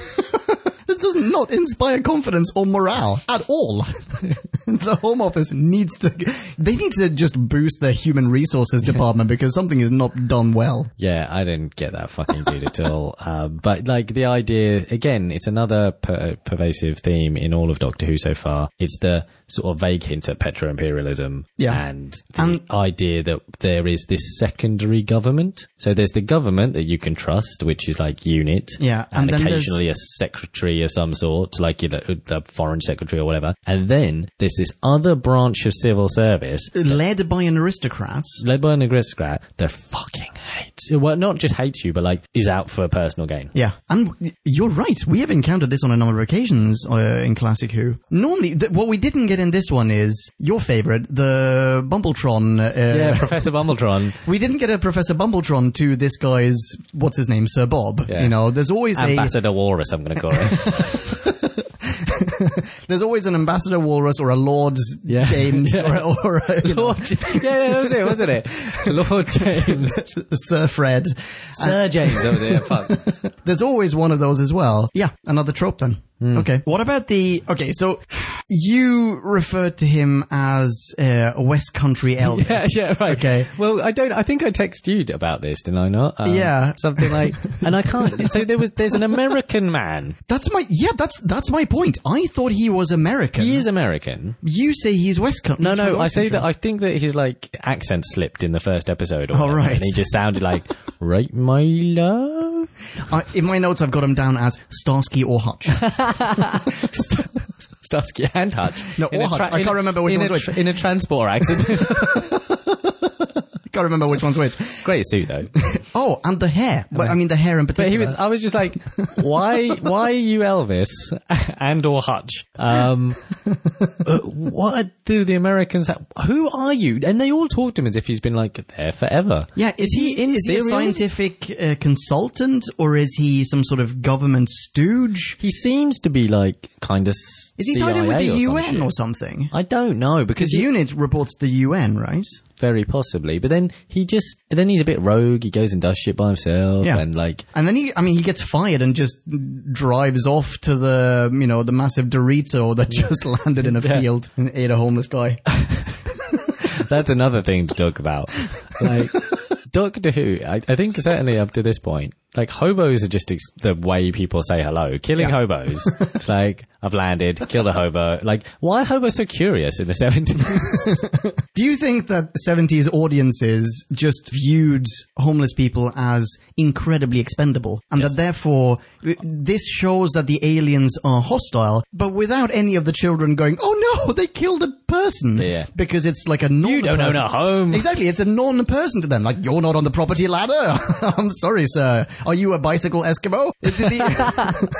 Speaker 1: This does not inspire confidence or morale at all. the Home Office needs to, they need to just boost their human resources department because something is not done well.
Speaker 2: Yeah, I didn't get that fucking dude at all. Um, but like the idea, again, it's another per- pervasive theme in all of Doctor Who so far. It's the sort of vague hint at petro-imperialism
Speaker 1: Yeah.
Speaker 2: and the
Speaker 1: And-
Speaker 2: idea that there is this secondary government. So there's the government that you can trust, which is like unit.
Speaker 1: Yeah, and
Speaker 2: And,
Speaker 1: then there's-
Speaker 2: occasionally a secretary of some sort, like you know, the foreign secretary or whatever. And then there's this other branch of civil service
Speaker 1: Led by an aristocrat.
Speaker 2: led by an aristocrat that fucking hates, well, not just hates you, but like is out for personal gain.
Speaker 1: Yeah, and you're right. We have encountered this on a number of occasions uh, in Classic Who. Normally, th- what we didn't get in this one is your favorite, the Bumbletron. Uh,
Speaker 2: Yeah, Professor Bumbletron
Speaker 1: We didn't get a Professor Bumbletron to this guy's what's his name, Sir Bob.
Speaker 2: Yeah.
Speaker 1: You know, there's always a
Speaker 2: Ambassador Walrus, I'm going to call it.
Speaker 1: There's always an ambassador walrus or a Lord
Speaker 2: Yeah.
Speaker 1: James or, or a you know,
Speaker 2: Lord, Ja- yeah, that was it, wasn't it? Lord James,
Speaker 1: Sir Fred.
Speaker 2: Sir James, that was it. Fuck.
Speaker 1: There's always one of those as well. Yeah, another trope then.
Speaker 2: Hmm.
Speaker 1: Okay. What about the? Okay, so you referred to him as uh, West Country Elvis.
Speaker 2: Yeah, yeah, right.
Speaker 1: Okay.
Speaker 2: Well, I don't. I think I texted you about this, didn't I? Not. Um,
Speaker 1: Yeah.
Speaker 2: Something like, and I can't. So there was. There's an American man.
Speaker 1: That's my yeah. That's that's my point. I thought he was American.
Speaker 2: He is American.
Speaker 1: you say he's West Country.
Speaker 2: No, no, I say that I think that his like accent slipped in the first episode. Or
Speaker 1: Oh,
Speaker 2: whatever,
Speaker 1: right.
Speaker 2: and he just sounded like right, my love.
Speaker 1: I, in my notes I've got him down as Starsky or Hutch.
Speaker 2: Starsky and Hutch.
Speaker 1: No,
Speaker 2: In
Speaker 1: or
Speaker 2: a
Speaker 1: Hutch. I
Speaker 2: in
Speaker 1: can't
Speaker 2: a-
Speaker 1: remember which
Speaker 2: in
Speaker 1: one's
Speaker 2: a
Speaker 1: which.
Speaker 2: in a transporter accident.
Speaker 1: Can't remember which one's which.
Speaker 2: Great suit though.
Speaker 1: Oh, and the hair. But I mean, the hair in
Speaker 2: But
Speaker 1: particular.
Speaker 2: he was. I was just like, why? Why are you Elvis and or Hutch? Um, uh, what do the Americans? Have, who are you? And they all talk to him as if he's been like there forever.
Speaker 1: yeah, is,
Speaker 2: he in
Speaker 1: is he a
Speaker 2: serious?
Speaker 1: scientific uh, consultant or is he some sort of government stooge?
Speaker 2: He seems to be like kind of.
Speaker 1: Is he tied in with the UN or
Speaker 2: something?
Speaker 1: something?
Speaker 2: I don't know because
Speaker 1: Because
Speaker 2: you
Speaker 1: UNIT reports to the UN, right?
Speaker 2: very possibly. But then he just then he's a bit rogue. He goes and does shit by himself
Speaker 1: Yeah.
Speaker 2: and like
Speaker 1: And then he, I mean, he gets fired and just drives off to the, you know, the massive Dorito that just landed in a
Speaker 2: Yeah.
Speaker 1: field and ate a homeless guy.
Speaker 2: That's another thing to talk about. Like Doctor Who, I, I think certainly up to this point, like hobos are just ex- the way people say hello. Killing hobos, it's like I've landed, killed a hobo. Like why are hobos so curious in the seventies?
Speaker 1: Do you think that 70s audiences just viewed homeless people as incredibly expendable and that therefore uh, this shows that the aliens are hostile but without any of the children going, "Oh no, they killed a person."
Speaker 2: Yeah.
Speaker 1: Because it's like a non
Speaker 2: You don't own a home.
Speaker 1: Exactly, it's a non-person to them. Like, "You're not on the property ladder." I'm sorry, sir. Are you a bicycle Eskimo? It- the-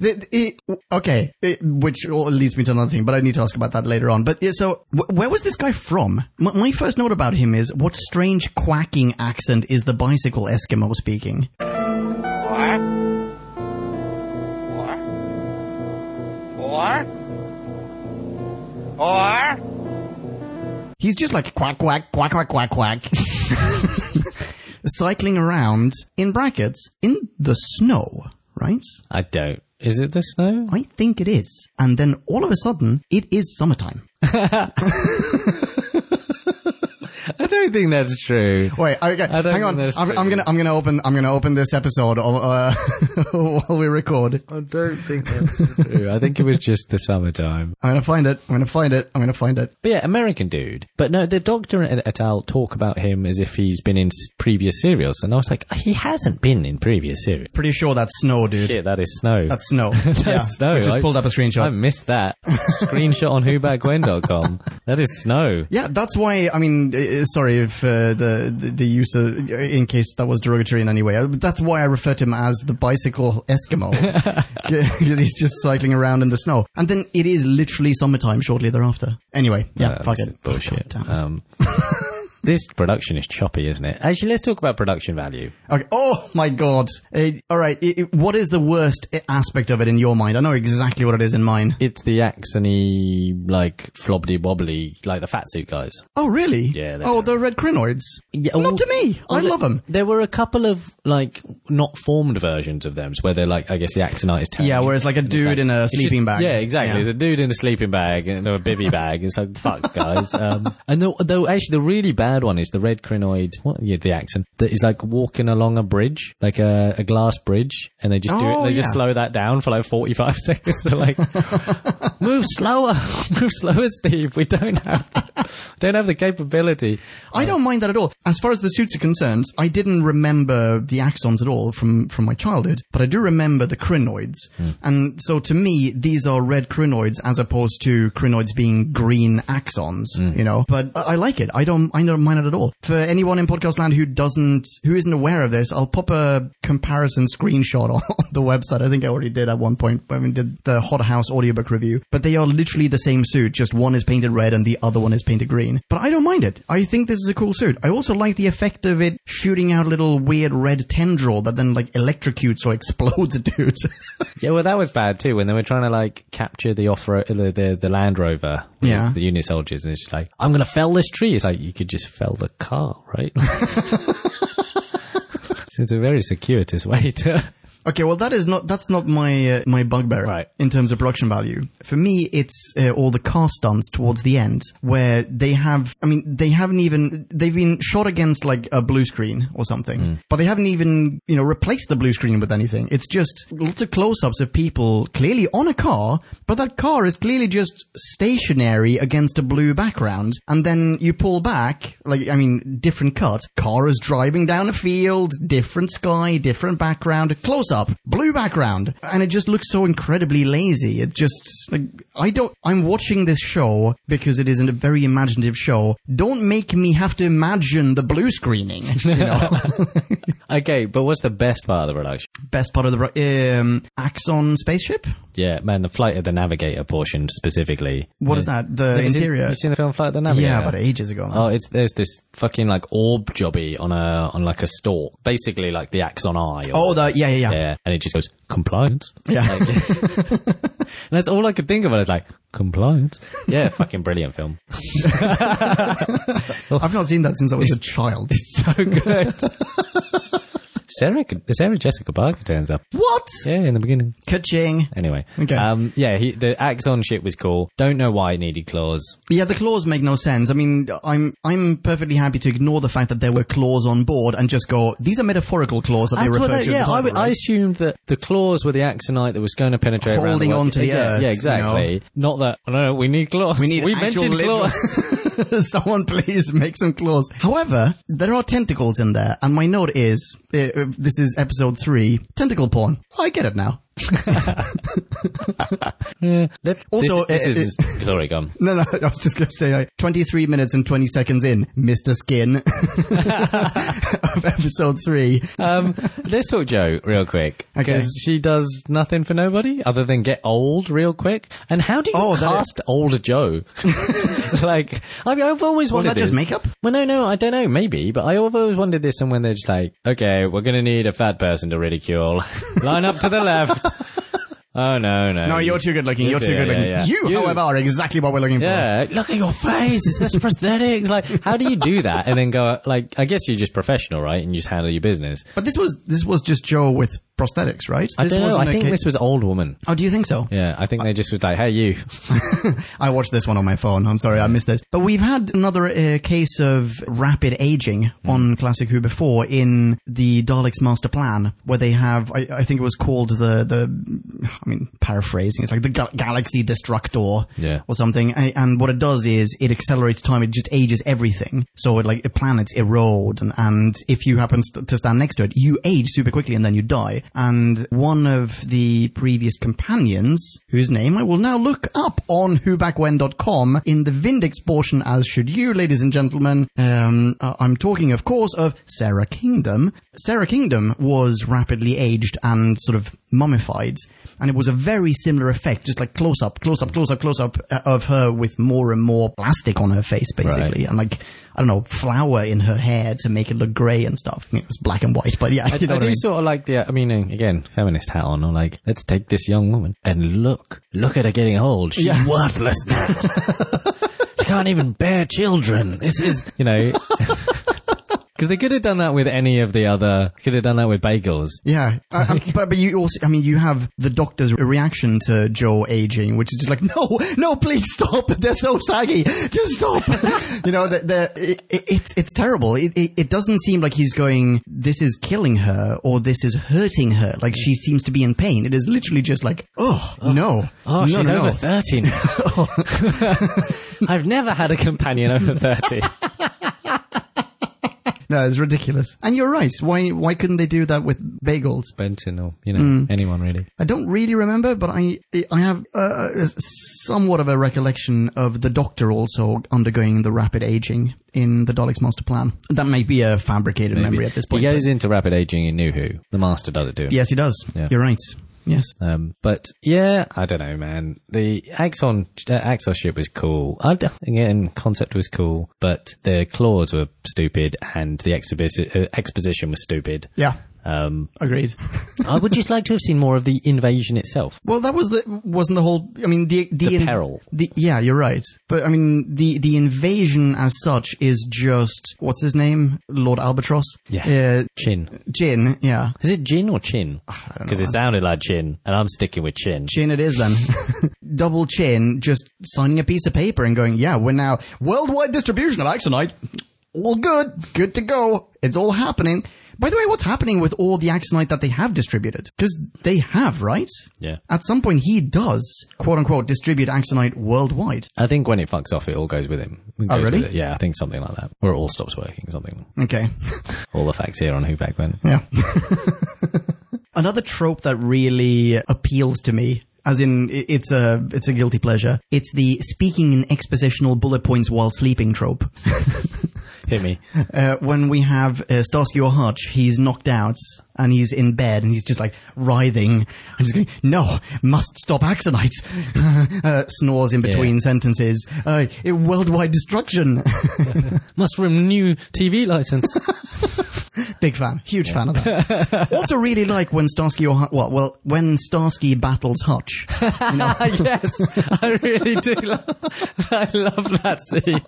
Speaker 1: the- it- okay, it- which leads me to another thing, but I need to ask about that later on. But yeah, so wh- where was this guy from? My, my first note about him is what strange quacking accent is the bicycle Eskimo speaking?
Speaker 6: What? What? What? What?
Speaker 1: He's just like quack quack quack quack quack quack. Cycling around in brackets in the snow, right?
Speaker 2: I don't. Is it the snow?
Speaker 1: I think it is. And then all of a sudden, it is summertime.
Speaker 2: I don't think that's true.
Speaker 1: Wait, okay,
Speaker 2: I don't
Speaker 1: hang on.
Speaker 2: think that's
Speaker 1: I'm,
Speaker 2: true.
Speaker 1: I'm gonna, I'm gonna open, I'm gonna open this episode uh, while we record.
Speaker 2: I don't think that's true. I think it was just the summertime.
Speaker 1: I'm gonna find it. I'm gonna find it. I'm gonna find it.
Speaker 2: But yeah, American dude. But no, the doctor and et al. talk about him as if he's been in s- previous serials, and I was like, he hasn't been in previous serials.
Speaker 1: Pretty sure that's snow, dude.
Speaker 2: Shit, that is snow.
Speaker 1: That's snow.
Speaker 2: That's snow.
Speaker 1: We just
Speaker 2: I-
Speaker 1: pulled up a screenshot.
Speaker 2: I missed that. Screenshot on whobackwhen.com. That is snow.
Speaker 1: yeah, that's why. I mean, uh, uh, sorry if uh, the the the use of, in case that was derogatory in any way. Uh, but That's why I refer to him as the bicycle Eskimo. 'Cause he's just cycling around in the snow, and then it is literally summertime shortly thereafter. Anyway, yeah,
Speaker 2: That's
Speaker 1: fuck it.
Speaker 2: Bullshit.
Speaker 1: God damn it.
Speaker 2: um, this production is choppy, isn't it? Actually, let's talk about production value.
Speaker 1: Okay. Oh my god. Uh, all right. i i- what is the worst i- aspect of it in your mind? I know exactly what it is in mine.
Speaker 2: It's the axony, like, flobby wobbly, like the fat suit guys.
Speaker 1: Oh really?
Speaker 2: Yeah, they're
Speaker 1: Oh, the red crinoids. Not
Speaker 2: well-
Speaker 1: to me. I
Speaker 2: Well,
Speaker 1: love them.
Speaker 2: There were a couple of, like, not formed versions of them, where they're like, I guess the axonite is tiny.
Speaker 1: Yeah, whereas like a dude
Speaker 2: like-
Speaker 1: in a
Speaker 2: It's
Speaker 1: sleeping
Speaker 2: just-
Speaker 1: bag.
Speaker 2: Yeah, exactly.
Speaker 1: Yeah.
Speaker 2: There's a dude in a sleeping bag and or a bivy bag. It's like fuck, guys. Um, and the, though actually the really bad one is the red crinoid. What yeah, the accent that is like walking along a bridge, like a, a glass bridge, and they just do
Speaker 1: Oh,
Speaker 2: it. They just
Speaker 1: yeah.
Speaker 2: slow that down for like 45 seconds. They're like, move slower, move slower, Steve. We don't have don't have the capability.
Speaker 1: I don't mind that at all. As far as the suits are concerned, I didn't remember the axons at all from, from my childhood, but I do remember the crinoids. And so to me, these are red crinoids as opposed to crinoids being green axons, you know, but I I like it. I don't, I don't mind it at all. For anyone in podcast land who doesn't, who isn't aware of this, I'll pop a comparison screenshot on the website. I think I already did at one point when we did the Hot House audiobook review, but they are literally the same suit. Just one is painted red and the other one is painted green. But I don't mind it. I think this is a cool suit. I also like the effect of it shooting out a little weird red tendril that then like electrocutes or explodes a dude.
Speaker 2: Yeah, well, that was bad too when they were trying to like capture the off the, the the Land Rover, with
Speaker 1: Yeah.
Speaker 2: the Uni soldiers, and it's just like, I'm gonna fell this tree. It's like you could just fell the car, right? so it's a very circuitous way to.
Speaker 1: Okay, well that is not that's not my uh, my bugbear
Speaker 2: Right.
Speaker 1: in terms of production value. For me, it's uh, all the car stunts towards the end where they have. I mean, they haven't even they've been shot against like a blue screen or something, but they haven't even you know replaced the blue screen with anything. It's just lots of close-ups of people clearly on a car, but that car is clearly just stationary against a blue background, and then you pull back. Like I mean, different cut. Car is driving down a field, different sky, different background, close up up, blue background, and it just looks so incredibly lazy. It just like I don't. I'm watching this show because it is a very imaginative show. Don't make me have to imagine the blue screening. You know,
Speaker 2: Okay, but what's the best part of the production?
Speaker 1: best part of the um, Axon spaceship.
Speaker 2: Yeah, man, the flight of the Navigator portion specifically.
Speaker 1: What is that? The
Speaker 2: Have you seen-
Speaker 1: interior.
Speaker 2: you seen the film Flight of the Navigator?
Speaker 1: yeah, but ages ago. man.
Speaker 2: Oh, it's there's this fucking like orb jobby on a on like a stalk, basically like the axon eye. Or,
Speaker 1: Oh, the yeah, yeah, yeah,
Speaker 2: yeah, and it just goes compliance.
Speaker 1: yeah.
Speaker 2: And that's all I could think of. I was like, compliance. Yeah, fucking brilliant film.
Speaker 1: I've not seen that since I was a child.
Speaker 2: So good. Sarah, Sarah Jessica Parker turns up.
Speaker 1: what?
Speaker 2: Yeah, in the beginning.
Speaker 1: Kaching.
Speaker 2: Anyway,
Speaker 1: Okay.
Speaker 2: um, yeah, he, the axon shit was cool. Don't know why it needed claws.
Speaker 1: Yeah, the claws make no sense. I mean, I'm I'm perfectly happy to ignore the fact that there were claws on board and just go. These are metaphorical claws that they refer to. in
Speaker 2: yeah,
Speaker 1: the
Speaker 2: I,
Speaker 1: title,
Speaker 2: would- I
Speaker 1: right?
Speaker 2: assumed that the claws were the axonite that was going to penetrate around
Speaker 1: Holding
Speaker 2: the world.
Speaker 1: on to the
Speaker 2: yeah,
Speaker 1: earth,
Speaker 2: Yeah,
Speaker 1: you
Speaker 2: exactly. Not that. No, no, we need claws. We
Speaker 1: need
Speaker 2: We
Speaker 1: actual
Speaker 2: mentioned
Speaker 1: literal-
Speaker 2: claws.
Speaker 1: Someone please make some claws. However, there are tentacles in there, and my note is uh, uh, this is episode three tentacle porn. I get it now.
Speaker 2: Let's,
Speaker 1: Also,
Speaker 2: this,
Speaker 1: uh,
Speaker 2: this is sorry, gone.
Speaker 1: No, no, I was just going to say, like, 23 minutes and 20 seconds in, Mr. Skin of episode three.
Speaker 2: Um, let's talk Joe real quick
Speaker 1: Okay.
Speaker 2: because she does nothing for nobody other than get old real quick. And how do you
Speaker 1: Oh, that
Speaker 2: cast old Joe? like, I mean, I've always
Speaker 1: Was
Speaker 2: wondered
Speaker 1: that just
Speaker 2: this.
Speaker 1: makeup?
Speaker 2: Well, no, no, I don't know. Maybe, but I have always wondered this. And when they're just like, okay, we're going to need a fat person to ridicule. Line up to the left. Oh no, no.
Speaker 1: No, you're too good looking. You're too
Speaker 2: yeah,
Speaker 1: good looking.
Speaker 2: yeah, yeah.
Speaker 1: You, however, are exactly what we're looking for.
Speaker 2: Yeah, look at your face. It's just prosthetics. Like, how do you do that? And then go like, I guess you're just professional, right? And you just handle your business.
Speaker 1: But this was this was just Joe with prosthetics, right?
Speaker 2: I
Speaker 1: this
Speaker 2: don't know.
Speaker 1: wasn't
Speaker 2: I
Speaker 1: a
Speaker 2: think
Speaker 1: ca-
Speaker 2: this was old woman.
Speaker 1: Oh, do you think so?
Speaker 2: Yeah, I think they just was like, "Hey, you."
Speaker 1: I watched this one on my phone. I'm sorry, I missed this. But we've had another uh, case of rapid aging on Classic Who before in the Daleks Master Plan, where they have, I, I think it was called the, the, I mean, paraphrasing, it's like the Ga- Galaxy Destructor
Speaker 2: Yeah.
Speaker 1: or something. A- And what it does is it accelerates time. It just ages everything. So it like planets erode, and, and if you happen st- to stand next to it, you age super quickly and then you die. And one of the previous companions, whose name I will now look up on whobackwhen.com in the Vindex portion, as should you, ladies and gentlemen. Um, uh, I'm talking, of course, of Sarah Kingdom. Sarah Kingdom was rapidly aged and sort of mummified, and it was a very similar effect, just like close up, close up, close up, close up uh, of her with more and more plastic on her face, basically, and like I don't know, flour in her hair to make it look grey and stuff. I mean, it was black and white, but yeah, you know
Speaker 2: I
Speaker 1: what
Speaker 2: do
Speaker 1: I mean?
Speaker 2: sort of like the. I mean, uh, again, feminist hat on. Or like, let's take this young woman and look, look at her getting old. She's
Speaker 1: Yeah.
Speaker 2: worthless now. she can't even bear children. This is, you know. Because they could have done that with any of the other. Could have done that with bagels.
Speaker 1: Yeah, I- I- but but you also, I mean, you have the doctor's reaction to Joe aging, which is just like, no, no, please stop. They're so saggy. Just stop. you know, the, the, it, it, it's- it's terrible. It, it, it doesn't seem like he's going, this is killing her or this is hurting her. Like she seems to be in pain. It is literally just like, oh, no.
Speaker 2: Oh,
Speaker 1: no,
Speaker 2: she's
Speaker 1: no, no.
Speaker 2: over thirty now. I've never had a companion over thirty.
Speaker 1: No, it's ridiculous. And you're right. Why, why couldn't they do that with bagels?
Speaker 2: Benton or you know anyone really.
Speaker 1: I don't really remember, but I I have uh, somewhat of a recollection of the Doctor also undergoing the rapid aging in the Daleks Master Plan. That may be a fabricated memory at this point.
Speaker 2: he goes
Speaker 1: but-
Speaker 2: into rapid aging in New Who. The Master does it to him.
Speaker 1: yes, he does.
Speaker 2: Yeah.
Speaker 1: You're right. Yes.
Speaker 2: Um, but yeah, I don't know, man. The Axon uh, Axos ship was cool. I d- again, concept was cool, but the claws were stupid, and the exhibi- uh, exposition was stupid.
Speaker 1: Yeah.
Speaker 2: Um,
Speaker 1: Agreed.
Speaker 2: I would just like to have seen more of the invasion itself.
Speaker 1: Well, that was the wasn't the whole. I mean, the the,
Speaker 2: The
Speaker 1: in-
Speaker 2: peril.
Speaker 1: The, yeah, you're right. But I mean, the the invasion as such is just what's his name, Lord Albatross.
Speaker 2: Yeah.
Speaker 1: Uh,
Speaker 2: Chin.
Speaker 1: Jin. Yeah.
Speaker 2: Is it Jin or Chin? Because it sounded like Chin, and I'm sticking with Chin.
Speaker 1: Chin it is then. Double chin, just signing a piece of paper and going, yeah, we're now worldwide distribution of Axonite. All good. Good to go. It's all happening. By the way, what's happening with all the Axonite that they have distributed? Because they have, right?
Speaker 2: Yeah.
Speaker 1: At some point, he does, quote unquote, distribute Axonite worldwide.
Speaker 2: I think when it fucks off, it all goes with him. It
Speaker 1: Oh,
Speaker 2: goes
Speaker 1: really?
Speaker 2: with it. Yeah, I think something like that. Or it all stops working, something.
Speaker 1: Okay.
Speaker 2: All the facts here on Who Back When.
Speaker 1: Yeah. another trope that really appeals to me. As in, i- it's a it's a guilty pleasure. It's the speaking in expositional bullet points while sleeping trope.
Speaker 2: Hit me.
Speaker 1: uh, when we have uh, Starsky or Hutch, he's knocked out and he's in bed and he's just like writhing and he's going, "No, must stop Axonite." uh, snores in between
Speaker 2: Yeah.
Speaker 1: sentences. Uh, worldwide destruction.
Speaker 2: Must renew TV license.
Speaker 1: Big fan, huge fan of that. also, really like when Starsky or Hutch. Well, well, when Starsky battles Hutch.
Speaker 2: Ah, yes, I really do. Love, I love that scene.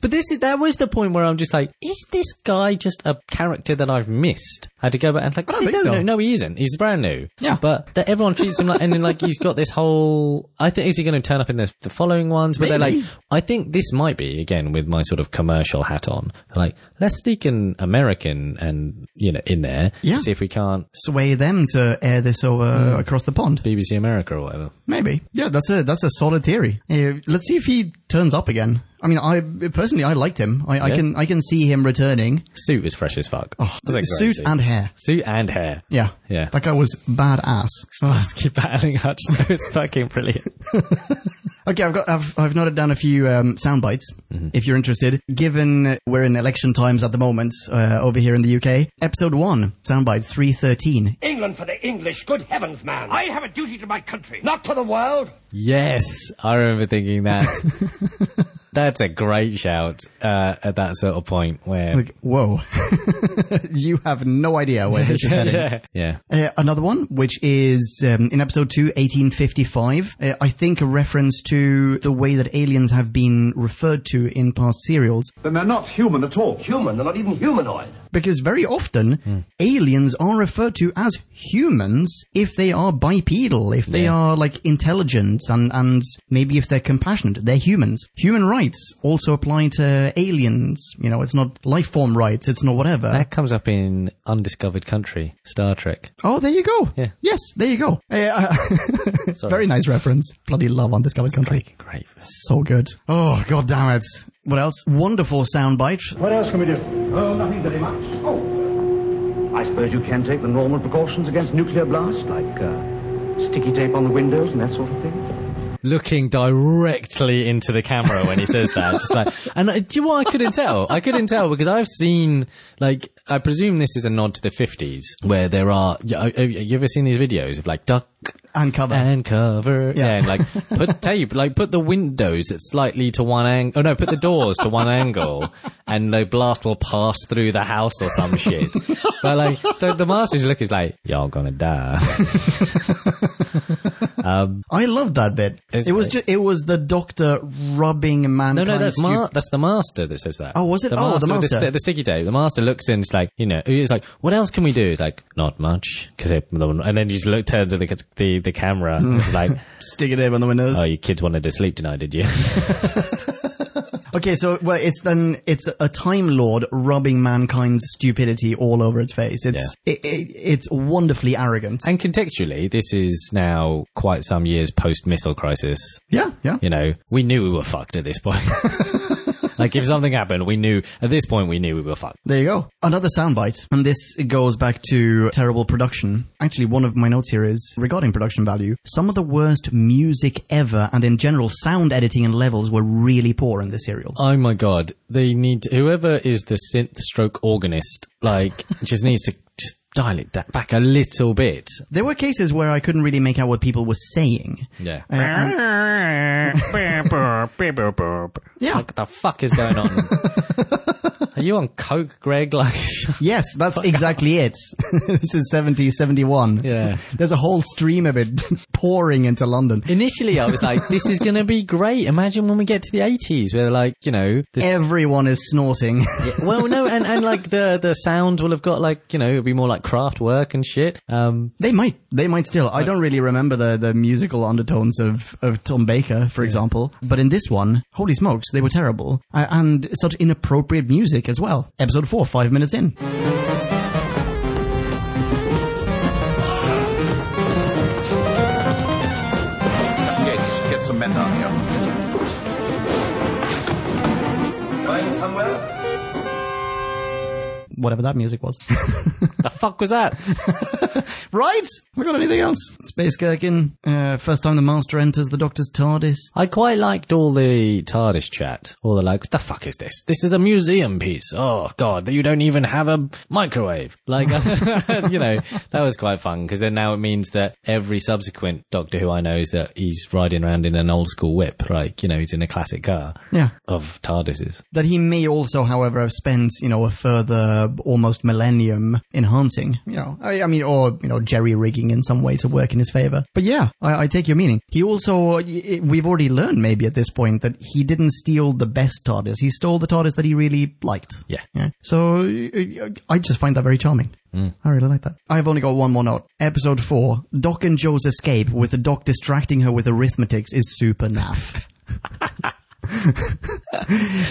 Speaker 2: But this is that was the point where I'm just like, is this guy just a character that I've missed? I had to go back and like,
Speaker 1: don't think
Speaker 2: no,
Speaker 1: so.
Speaker 2: no, no, he isn't. He's brand new.
Speaker 1: Yeah.
Speaker 2: but that everyone treats him like, and then like he's got this whole. I think is he going to turn up in the, the following ones? But they're
Speaker 1: Maybe.
Speaker 2: like, I think this might be again with my sort of commercial hat on. Like, let's sneak an American and you know in there.
Speaker 1: Yeah.
Speaker 2: see if we can't
Speaker 1: Sway them to air this over
Speaker 2: Hmm.
Speaker 1: across the pond.
Speaker 2: BBC America or whatever.
Speaker 1: Maybe. Yeah, that's a that's a solid theory. Uh, let's see if he turns up again. I mean, I personally I liked him. I, I
Speaker 2: Yeah.
Speaker 1: can I can see him returning.
Speaker 2: Suit is fresh as fuck. That's a great
Speaker 1: Oh, Suit
Speaker 2: scene.
Speaker 1: and hair.
Speaker 2: Suit and hair.
Speaker 1: Yeah.
Speaker 2: Yeah.
Speaker 1: That guy was badass. Ugh.
Speaker 2: Keep battling Hutch though. It's fucking brilliant.
Speaker 1: Okay, I've got I've, I've noted down a few um, sound bites
Speaker 2: Mm-hmm.
Speaker 1: if you're interested. Given we're in election times at the moment uh, over here in the UK, episode one soundbite three thirteen.
Speaker 7: England for the English, good heavens, man. I have a duty to my country, not to the world.
Speaker 2: Yes, I remember thinking that. That's a great shout uh, at that sort of point where.
Speaker 1: Like, whoa, you have no idea where this is heading.
Speaker 2: yeah. yeah.
Speaker 1: Uh, another one, which is um, in episode 2, 1855, uh, I think a reference to the way that aliens have been referred to in past serials,
Speaker 8: Then they're not human at all.
Speaker 7: Human, they're not even humanoid.
Speaker 1: because very often aliens are referred to as humans if they are bipedal, if they are like intelligent and, and maybe if they're compassionate, they're humans. Human rights also apply to aliens. You know, it's not life form rights, it's not whatever.
Speaker 2: That comes up in Undiscovered Country, Star Trek.
Speaker 1: Oh, there you go.
Speaker 2: Yeah.
Speaker 1: Yes, there you go. Uh, very nice reference. Bloody love Undiscovered Country.
Speaker 2: Great.
Speaker 1: So good. Oh, god damn it. What else? Wonderful soundbite.
Speaker 8: What else can we do? Oh, nothing very much.
Speaker 7: I suppose you can take the normal precautions against nuclear blast, like uh, sticky tape on the windows and that sort of thing.
Speaker 2: Looking directly into the camera when he says that. Just like, and uh, do you know what I couldn't tell? I couldn't tell because I've seen, like, I presume this is a nod to the 50s where there are, you, uh, you ever seen these videos of like duck
Speaker 1: And cover.
Speaker 2: and cover
Speaker 1: Yeah.
Speaker 2: yeah. and like put tape like put the windows slightly to one angle oh no put the doors to one angle and the blast will pass through the house or some shit but like so the master's look is like y'all gonna die
Speaker 1: I loved that bit.
Speaker 2: It's
Speaker 1: it was
Speaker 2: great.
Speaker 1: just, it was the doctor rubbing
Speaker 2: no
Speaker 1: mankind.
Speaker 2: no that's Mar- that's the master that says that
Speaker 1: Oh, was it? Oh, the
Speaker 2: with the,
Speaker 1: master.
Speaker 2: sti- the sticky tape the master looks in it's like you know it's like what else can we do it's like not much 'cause it- and then he just look turns at the, the, the camera
Speaker 1: Hmm.
Speaker 2: and it's like
Speaker 1: Stick it on the windows.
Speaker 2: oh you kids wanted to sleep tonight did you
Speaker 1: Okay, so well, it's then it's a time lord rubbing mankind's stupidity all over its face. It's it, it, it's wonderfully arrogant.
Speaker 2: And contextually, this is now quite some years post missile crisis.
Speaker 1: yeah, yeah,
Speaker 2: You know, we knew we were fucked at this point. like, if something happened, we knew, at this point, we knew we were fucked.
Speaker 1: There you go. Another soundbite. And this goes back to terrible production. Actually, one of my notes here is regarding production value, some of the worst music ever and in general sound editing and levels were really poor in this serial.
Speaker 2: Oh my god, they need, whoever is the synth stroke organist, like, just needs to just dial it da- back a little bit.
Speaker 1: There were cases where I couldn't really make out what people were saying.
Speaker 2: Yeah.
Speaker 1: Uh, and- yeah.
Speaker 2: Like, the fuck is going on? Are you on coke, Greg? Like,
Speaker 1: Yes, that's exactly it. this is 70, 71.
Speaker 2: Yeah.
Speaker 1: There's a whole stream of it pouring into London.
Speaker 2: initially I was like, this is going to be great. Imagine when we get to the 80s where, like, you know, the
Speaker 1: Everyone is snorting.
Speaker 2: well, no, and, and like the the sound will have got like you know it'll be more like craft work and shit. Um,
Speaker 1: They might. They might still. I don't really remember the, the musical undertones of, of Tom Baker, for example. But in this one, holy smokes, they were terrible. Uh, and such inappropriate music as well. Episode 4, five minutes in.
Speaker 8: Gates, get some men down here.
Speaker 7: Going somewhere?
Speaker 1: whatever that music was.
Speaker 2: The fuck was that?
Speaker 1: right? We got anything else? Space Gherkin. Uh, first time the Master enters the Doctor's TARDIS.
Speaker 2: I quite liked all the TARDIS chat. All the like, the fuck is this? This is a museum piece. Oh god, you don't even have a microwave. Like, you know, that was quite fun because then now it means that every subsequent Doctor Who I know is that he's riding around in an old school whip. Like, you know, he's in a classic car
Speaker 1: Yeah.
Speaker 2: of TARDISes.
Speaker 1: That he may also, however, have spent, you know, a further almost millennium enhancing, you know, I, I mean, or, you know, jerry rigging in some way to work in his favor. But yeah, I, I take your meaning. He also, y- y- we've already learned maybe at this point that he didn't steal the best TARDIS. He stole the TARDIS that he really liked.
Speaker 2: Yeah.
Speaker 1: Yeah. So uh, I just find that very charming. I really like that. I've only got one more note. Episode 4, Doc and Joe's escape with the Doc distracting her with arithmetics is super naff.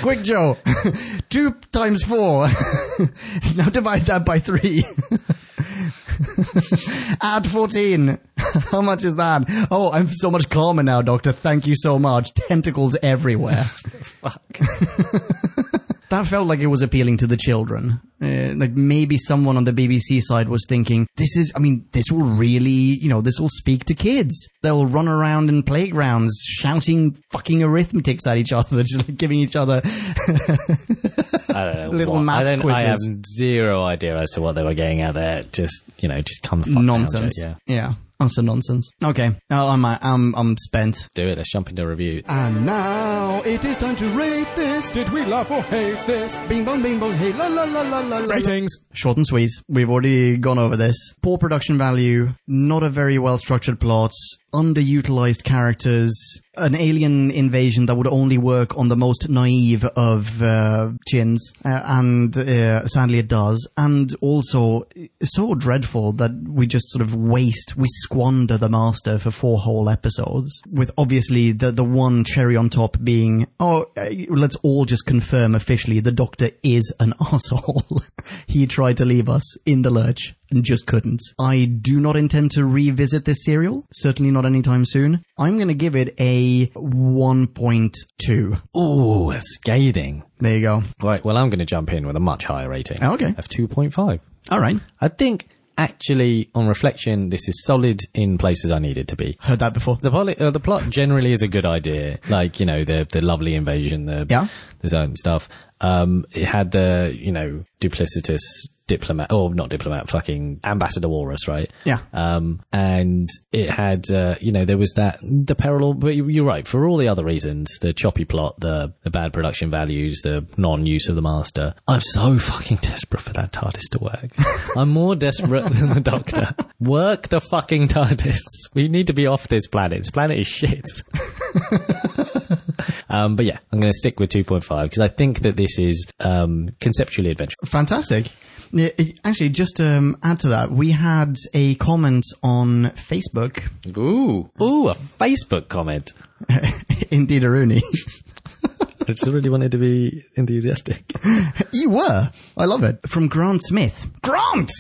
Speaker 1: Quick, Joe. Two times four. now divide that by three. Add 14. How much is that? Oh, I'm so much calmer now, Doctor. Thank you so much. Tentacles everywhere. that felt like it was appealing to the children. Uh, like maybe someone on the BBC side was thinking, this is, I mean, this will really, you know, this will speak to kids. They'll run around in playgrounds shouting fucking arithmetics at each other, just like giving each other.
Speaker 2: I don't know.
Speaker 1: Little
Speaker 2: uh, what- I,
Speaker 1: maths
Speaker 2: don't, I have
Speaker 1: quizzes.
Speaker 2: zero idea as to what they were getting at there. Just, you know, just come the fuck down,
Speaker 1: nonsense.
Speaker 2: Joe. Yeah.
Speaker 1: yeah. Utter nonsense. Okay. Oh, I'm, I'm, I'm spent.
Speaker 2: Do it. Let's jump into review.
Speaker 1: Uh,
Speaker 5: And now it is time to rate this. Did we love or hate this?
Speaker 1: Bing bong, bing bong, hey, la la la la la la.
Speaker 5: Ratings.
Speaker 1: Short and sweet. We've already gone over this. Poor production value, not a very well structured plot, underutilized characters, an alien invasion that would only work on the most naive of uh, chins, uh, and uh, sadly it does, and also so dreadful that we just sort of waste, we squander the master for four whole episodes, with obviously the, the one cherry on top being, oh, uh, let's all just confirm officially the doctor is an asshole. he tried to leave us in the lurch and just couldn't. I do not intend to revisit this serial, certainly not anytime soon. I'm going to give it a 1.2.
Speaker 2: Ooh, that's scathing.
Speaker 1: There you go.
Speaker 2: Right. Well, I'm going to jump in with a much higher rating.
Speaker 1: Okay.
Speaker 2: Of 2.5.
Speaker 1: All right.
Speaker 2: I think actually, on reflection, this is solid in places I needed to be.
Speaker 1: Heard that before.
Speaker 2: The, poly- uh, the plot generally is a good idea. Like, you know, the, the lovely invasion, the,
Speaker 1: Yeah.
Speaker 2: the zone stuff. Um, it had the, you know, duplicitous diplomat, or not diplomat, fucking ambassador walrus, right?
Speaker 1: Yeah.
Speaker 2: Um, and it had, uh, you know, there was that, the parallel, but you- you're right, for all the other reasons, the choppy plot, the, the bad production values, the non-use of the master. I'm so fucking desperate for that TARDIS to work. I'm more desperate than the doctor. Work the fucking TARDIS. We need to be off this planet. This planet is shit. Um, but yeah, I'm going to stick with 2.5 because I think that this is, um, conceptually adventurous.
Speaker 1: Fantastic. Yeah, it- Actually, just to um, add to that, we had a comment on Facebook,
Speaker 2: Ooh. Ooh, a Facebook comment.
Speaker 1: indeed, Aruni.
Speaker 2: I just really wanted to be enthusiastic.
Speaker 1: you were. I love it. From Grant Smith. Grant!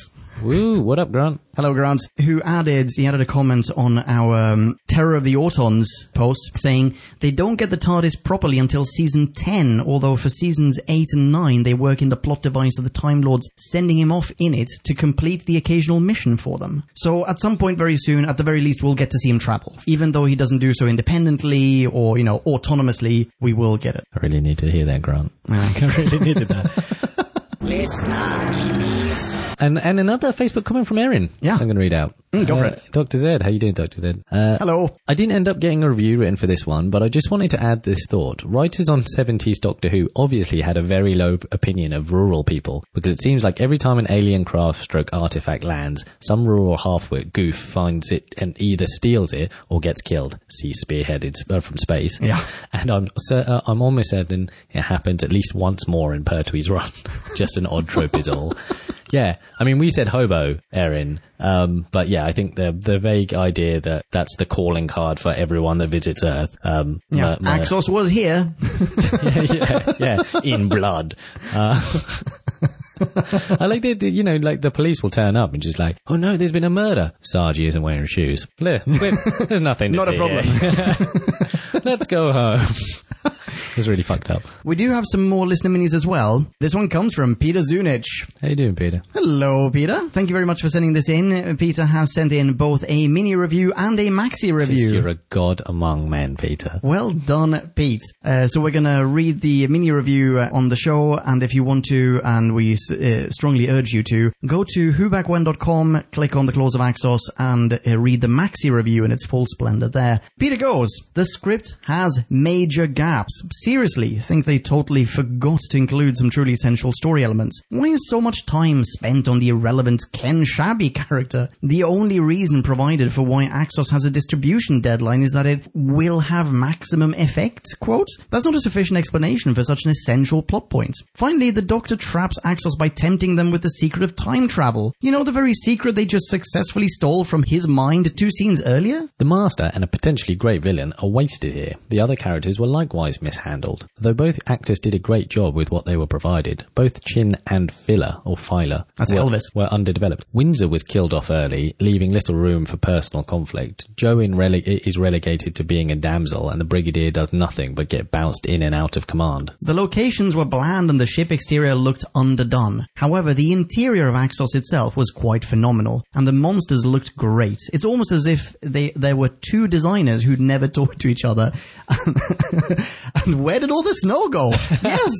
Speaker 2: Woo, what up, Grant?
Speaker 1: Hello, Grant, who added, he added a comment on our um, Terror of the Autons post saying they don't get the TARDIS properly until season 10, although for seasons 8 and 9, they work in the plot device of the Time Lords, sending him off in it to complete the occasional mission for them. So at some point very soon, at the very least, we'll get to see him travel. Even though he doesn't do so independently or, you know, autonomously, we will get it.
Speaker 2: I really need to hear that, Grant. I really needed that. And, and another Facebook comment from Erin.
Speaker 1: Yeah.
Speaker 2: I'm going to read out.
Speaker 1: go for
Speaker 2: Uh,
Speaker 1: it.
Speaker 2: Dr. Zed, how you doing, Dr. Zed? Uh,
Speaker 1: Hello.
Speaker 2: I didn't end up getting a review written for this one, but I just wanted to add this thought. Writers on 70s Doctor Who obviously had a very low opinion of rural people, because it seems like every time an alien craft stroke artifact lands, some rural half-wit goof finds it and either steals it or gets killed. See spearheaded sp- uh, from space.
Speaker 1: Yeah.
Speaker 2: And I'm, cer uh, I'm almost certain it happens at least once more in Pertwee's run. just an odd trope is all. Yeah, I mean, we said hobo, Erin, um, but yeah, I think the the vague idea that that's the calling card for everyone that visits Earth. Um,
Speaker 1: Yeah,
Speaker 2: my- my-
Speaker 1: Axos was here.
Speaker 2: yeah, yeah, in blood. Uh, I like that, you know, like the police will turn up and just like, oh no, there's been a murder. Sarge isn't wearing shoes. Bleh, bleh, There's nothing to
Speaker 1: Not a
Speaker 2: see here. Let's go home. It was really fucked up.
Speaker 1: We do have some more listener minis as well. This one comes from Peter Zunich.
Speaker 2: How you doing, Peter?
Speaker 1: Hello, Peter. Thank you very much for sending this in. Uh, Peter has sent in both a mini review and a maxi review.
Speaker 2: You're a god among men, Peter.
Speaker 1: Well done, Pete. Uh, so we're going to read the mini review uh, on the show, and if you want to, and we s- uh, strongly urge you to, go to whobackwhen.com, click on the clause of Axos, and uh, read the maxi review in its full splendor there. Peter goes, the script has major gaps. Seriously, think they totally forgot to include some truly essential story elements. Why is so much time spent on the irrelevant Ken Shabby character? The only reason provided for why Axos has a distribution deadline is that it will have maximum effect, quote. That's not a sufficient explanation for such an essential plot point. Finally, the Doctor traps Axos by tempting them with the secret of time travel. You know, the very secret they just successfully stole from his mind two scenes earlier?
Speaker 2: The Master and a potentially great villain are wasted here. The other characters were likewise mishandled. Though both actors did a great job with what they were provided, both Chin and Filler, or Filer,
Speaker 1: That's
Speaker 2: were,
Speaker 1: Elvis.
Speaker 2: were underdeveloped. Windsor was killed off early, leaving little room for personal conflict. Joe in rele- is relegated to being a damsel, and the Brigadier does nothing but get bounced in and out of command.
Speaker 1: The locations were bland and the ship exterior looked underdone. However, the interior of Axos itself was quite phenomenal, and the monsters looked great. It's almost as if they, there were two designers who'd never talked to each other. and where did all the snow go? Yes,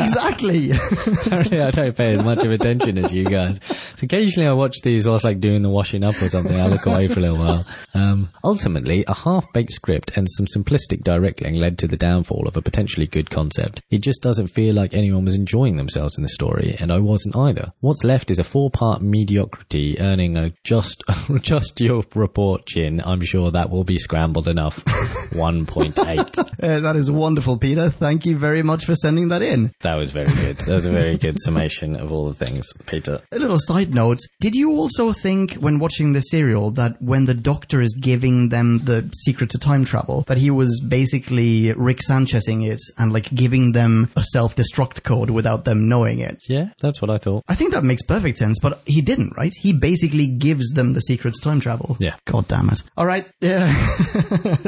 Speaker 1: exactly. Uh,
Speaker 2: Apparently, I don't pay as much of attention as you guys. So occasionally, I watch these whilst like doing the washing up or something. I look away for a little while. Um, ultimately, a half-baked script and some simplistic directing led to the downfall of a potentially good concept. It just doesn't feel like anyone was enjoying themselves in the story, and I wasn't either. What's left is a four-part mediocrity earning a just just your report chin. I'm sure that will be scrambled enough. One point eight.
Speaker 1: Uh, that is wonderful, Peter. Thank you very much for sending that in.
Speaker 2: That was very good. That was a very good summation of all the things, Peter.
Speaker 1: A little side note. Did you also think when watching the serial that when the doctor is giving them the secret to time travel, that he was basically Rick Sanchezing it and like giving them a self-destruct code without them knowing it?
Speaker 2: Yeah, that's what I thought.
Speaker 1: I think that makes perfect sense, but he didn't, right? He basically gives them the secret to time travel.
Speaker 2: Yeah.
Speaker 1: God damn it. All right. Yeah.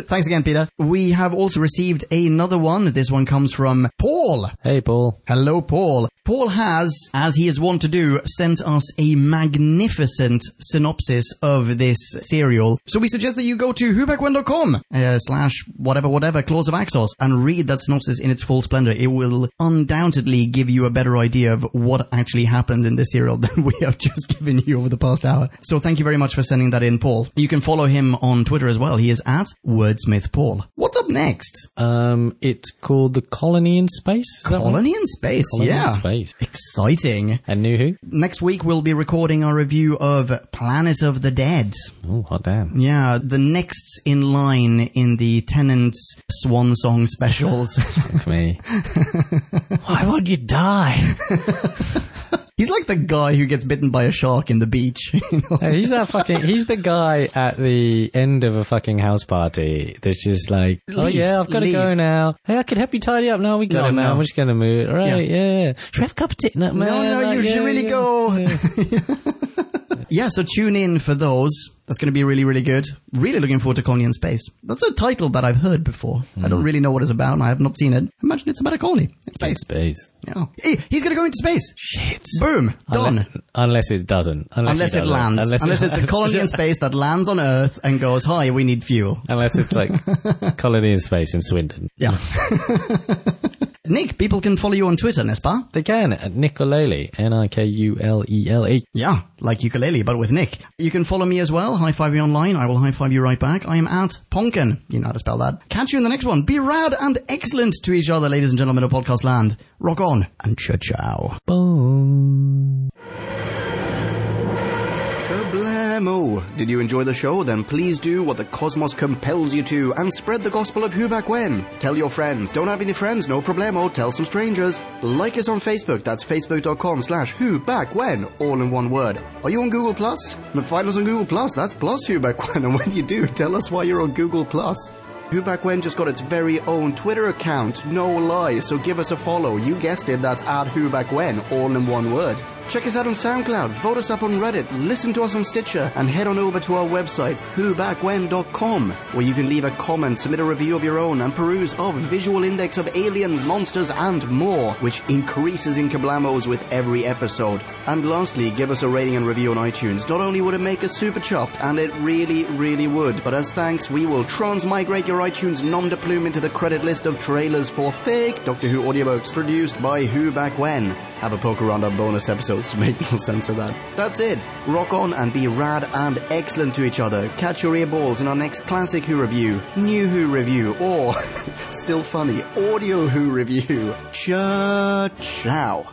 Speaker 1: Thanks again, Peter. We have also received another one. This one comes from Paul.
Speaker 2: Hey, Paul.
Speaker 1: Hello, Paul. Paul has, as he is wont to do, sent us a magnificent synopsis of this serial. So we suggest that you go to whobackwhen.com uh, slash whatever whatever clause of Axos and read that synopsis in its full splendor. It will undoubtedly give you a better idea of what actually happens in this serial than we have just given you over the past hour. So thank you very much for sending that in, Paul. You can follow him on Twitter as well. He is at wordsmith paul. What's up next?
Speaker 2: Um, it's called The Colony in Space. Is that right?
Speaker 1: Colony in space.
Speaker 2: Colony
Speaker 1: yeah.
Speaker 2: in Space.
Speaker 1: Exciting.
Speaker 2: And New Who?
Speaker 1: Next week we'll be recording our review of Planet of the Dead.
Speaker 2: Oh, hot damn.
Speaker 1: Yeah, the next in line in the Tenant's Swan Song specials.
Speaker 2: Fuck me. Why would you die?
Speaker 1: he's like the guy who gets bitten by a shark in the beach. you know?
Speaker 2: Hey, he's that fucking. He's the guy at the end of a fucking house party that's just like, oh
Speaker 1: Leave,
Speaker 2: yeah, I've got to
Speaker 1: leave.
Speaker 2: go now. Hey, I could help you tidy up. No, we got
Speaker 1: No,
Speaker 2: it, man.
Speaker 1: no.
Speaker 2: We're just gonna move. All Right? Yeah. Should we have a cup of tea? No, man,
Speaker 1: No, no,
Speaker 2: like,
Speaker 1: you
Speaker 2: yeah,
Speaker 1: should really
Speaker 2: yeah.
Speaker 1: go. yeah, so tune in for those. That's going to be really, really good. Really looking forward to Colony in Space. That's a title that I've heard before. I don't really know what it's about. and I have not seen it. Imagine it's about a colony in space.
Speaker 2: Space.
Speaker 1: Yeah. Hey, he's going to go into space.
Speaker 2: Shit.
Speaker 1: Boom. Done.
Speaker 2: Unless, unless it doesn't. Unless,
Speaker 1: Unless it
Speaker 2: doesn't.
Speaker 1: lands. Unless, it's a colony in space that lands on Earth and goes, hi, we need fuel.
Speaker 2: Unless it's like colony in space in Swindon.
Speaker 1: Yeah. Nick, people can follow you on Twitter, Nespa.
Speaker 2: They can at Nicolele, N I K U L E L E.
Speaker 1: Yeah, like ukulele, but with Nick. You can follow me as well. High five me online. I will high five you right back. I am at Ponkin. You know how to spell that. Catch you in the next one. Be rad and excellent to each other, ladies and gentlemen of podcast land. Rock on and ciao ciao.
Speaker 4: Kablamo! Did you enjoy the show? Then please do what the cosmos compels you to and spread the gospel of who back when. Tell your friends. Don't have any friends, no problemo. Tell some strangers. Like us on Facebook. That's facebook.com slash who back when, all in one word. Are you on Google Plus? Then find us on Google Plus. That's plus who back when. And when you do, tell us why you're on Google Plus. Who back when just got its very own Twitter account, no lie, so give us a follow. You guessed it, that's at who back when, all in one word.
Speaker 1: Check us out on SoundCloud, vote us up on Reddit, listen to us on Stitcher, and head on over to our website, whobackwhen.com, where you can leave a comment, submit a review of your own, and peruse our visual index of aliens, monsters, and more, which increases in kablamos with every episode. And lastly, give us a rating and review on iTunes. Not only would it make us super chuffed, and it really, really would, but as thanks, we will transmigrate your iTunes nom de plume into the credit list of trailers for fake Doctor Who audiobooks produced by Who Back When. Have a poke around our bonus episodes to make more sense of that. That's it. Rock on and be rad and excellent to each other. Catch your ear balls in our next classic Who review, new Who review, or still funny, audio Who review. Cha ciao.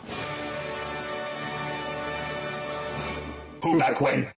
Speaker 9: Who back when?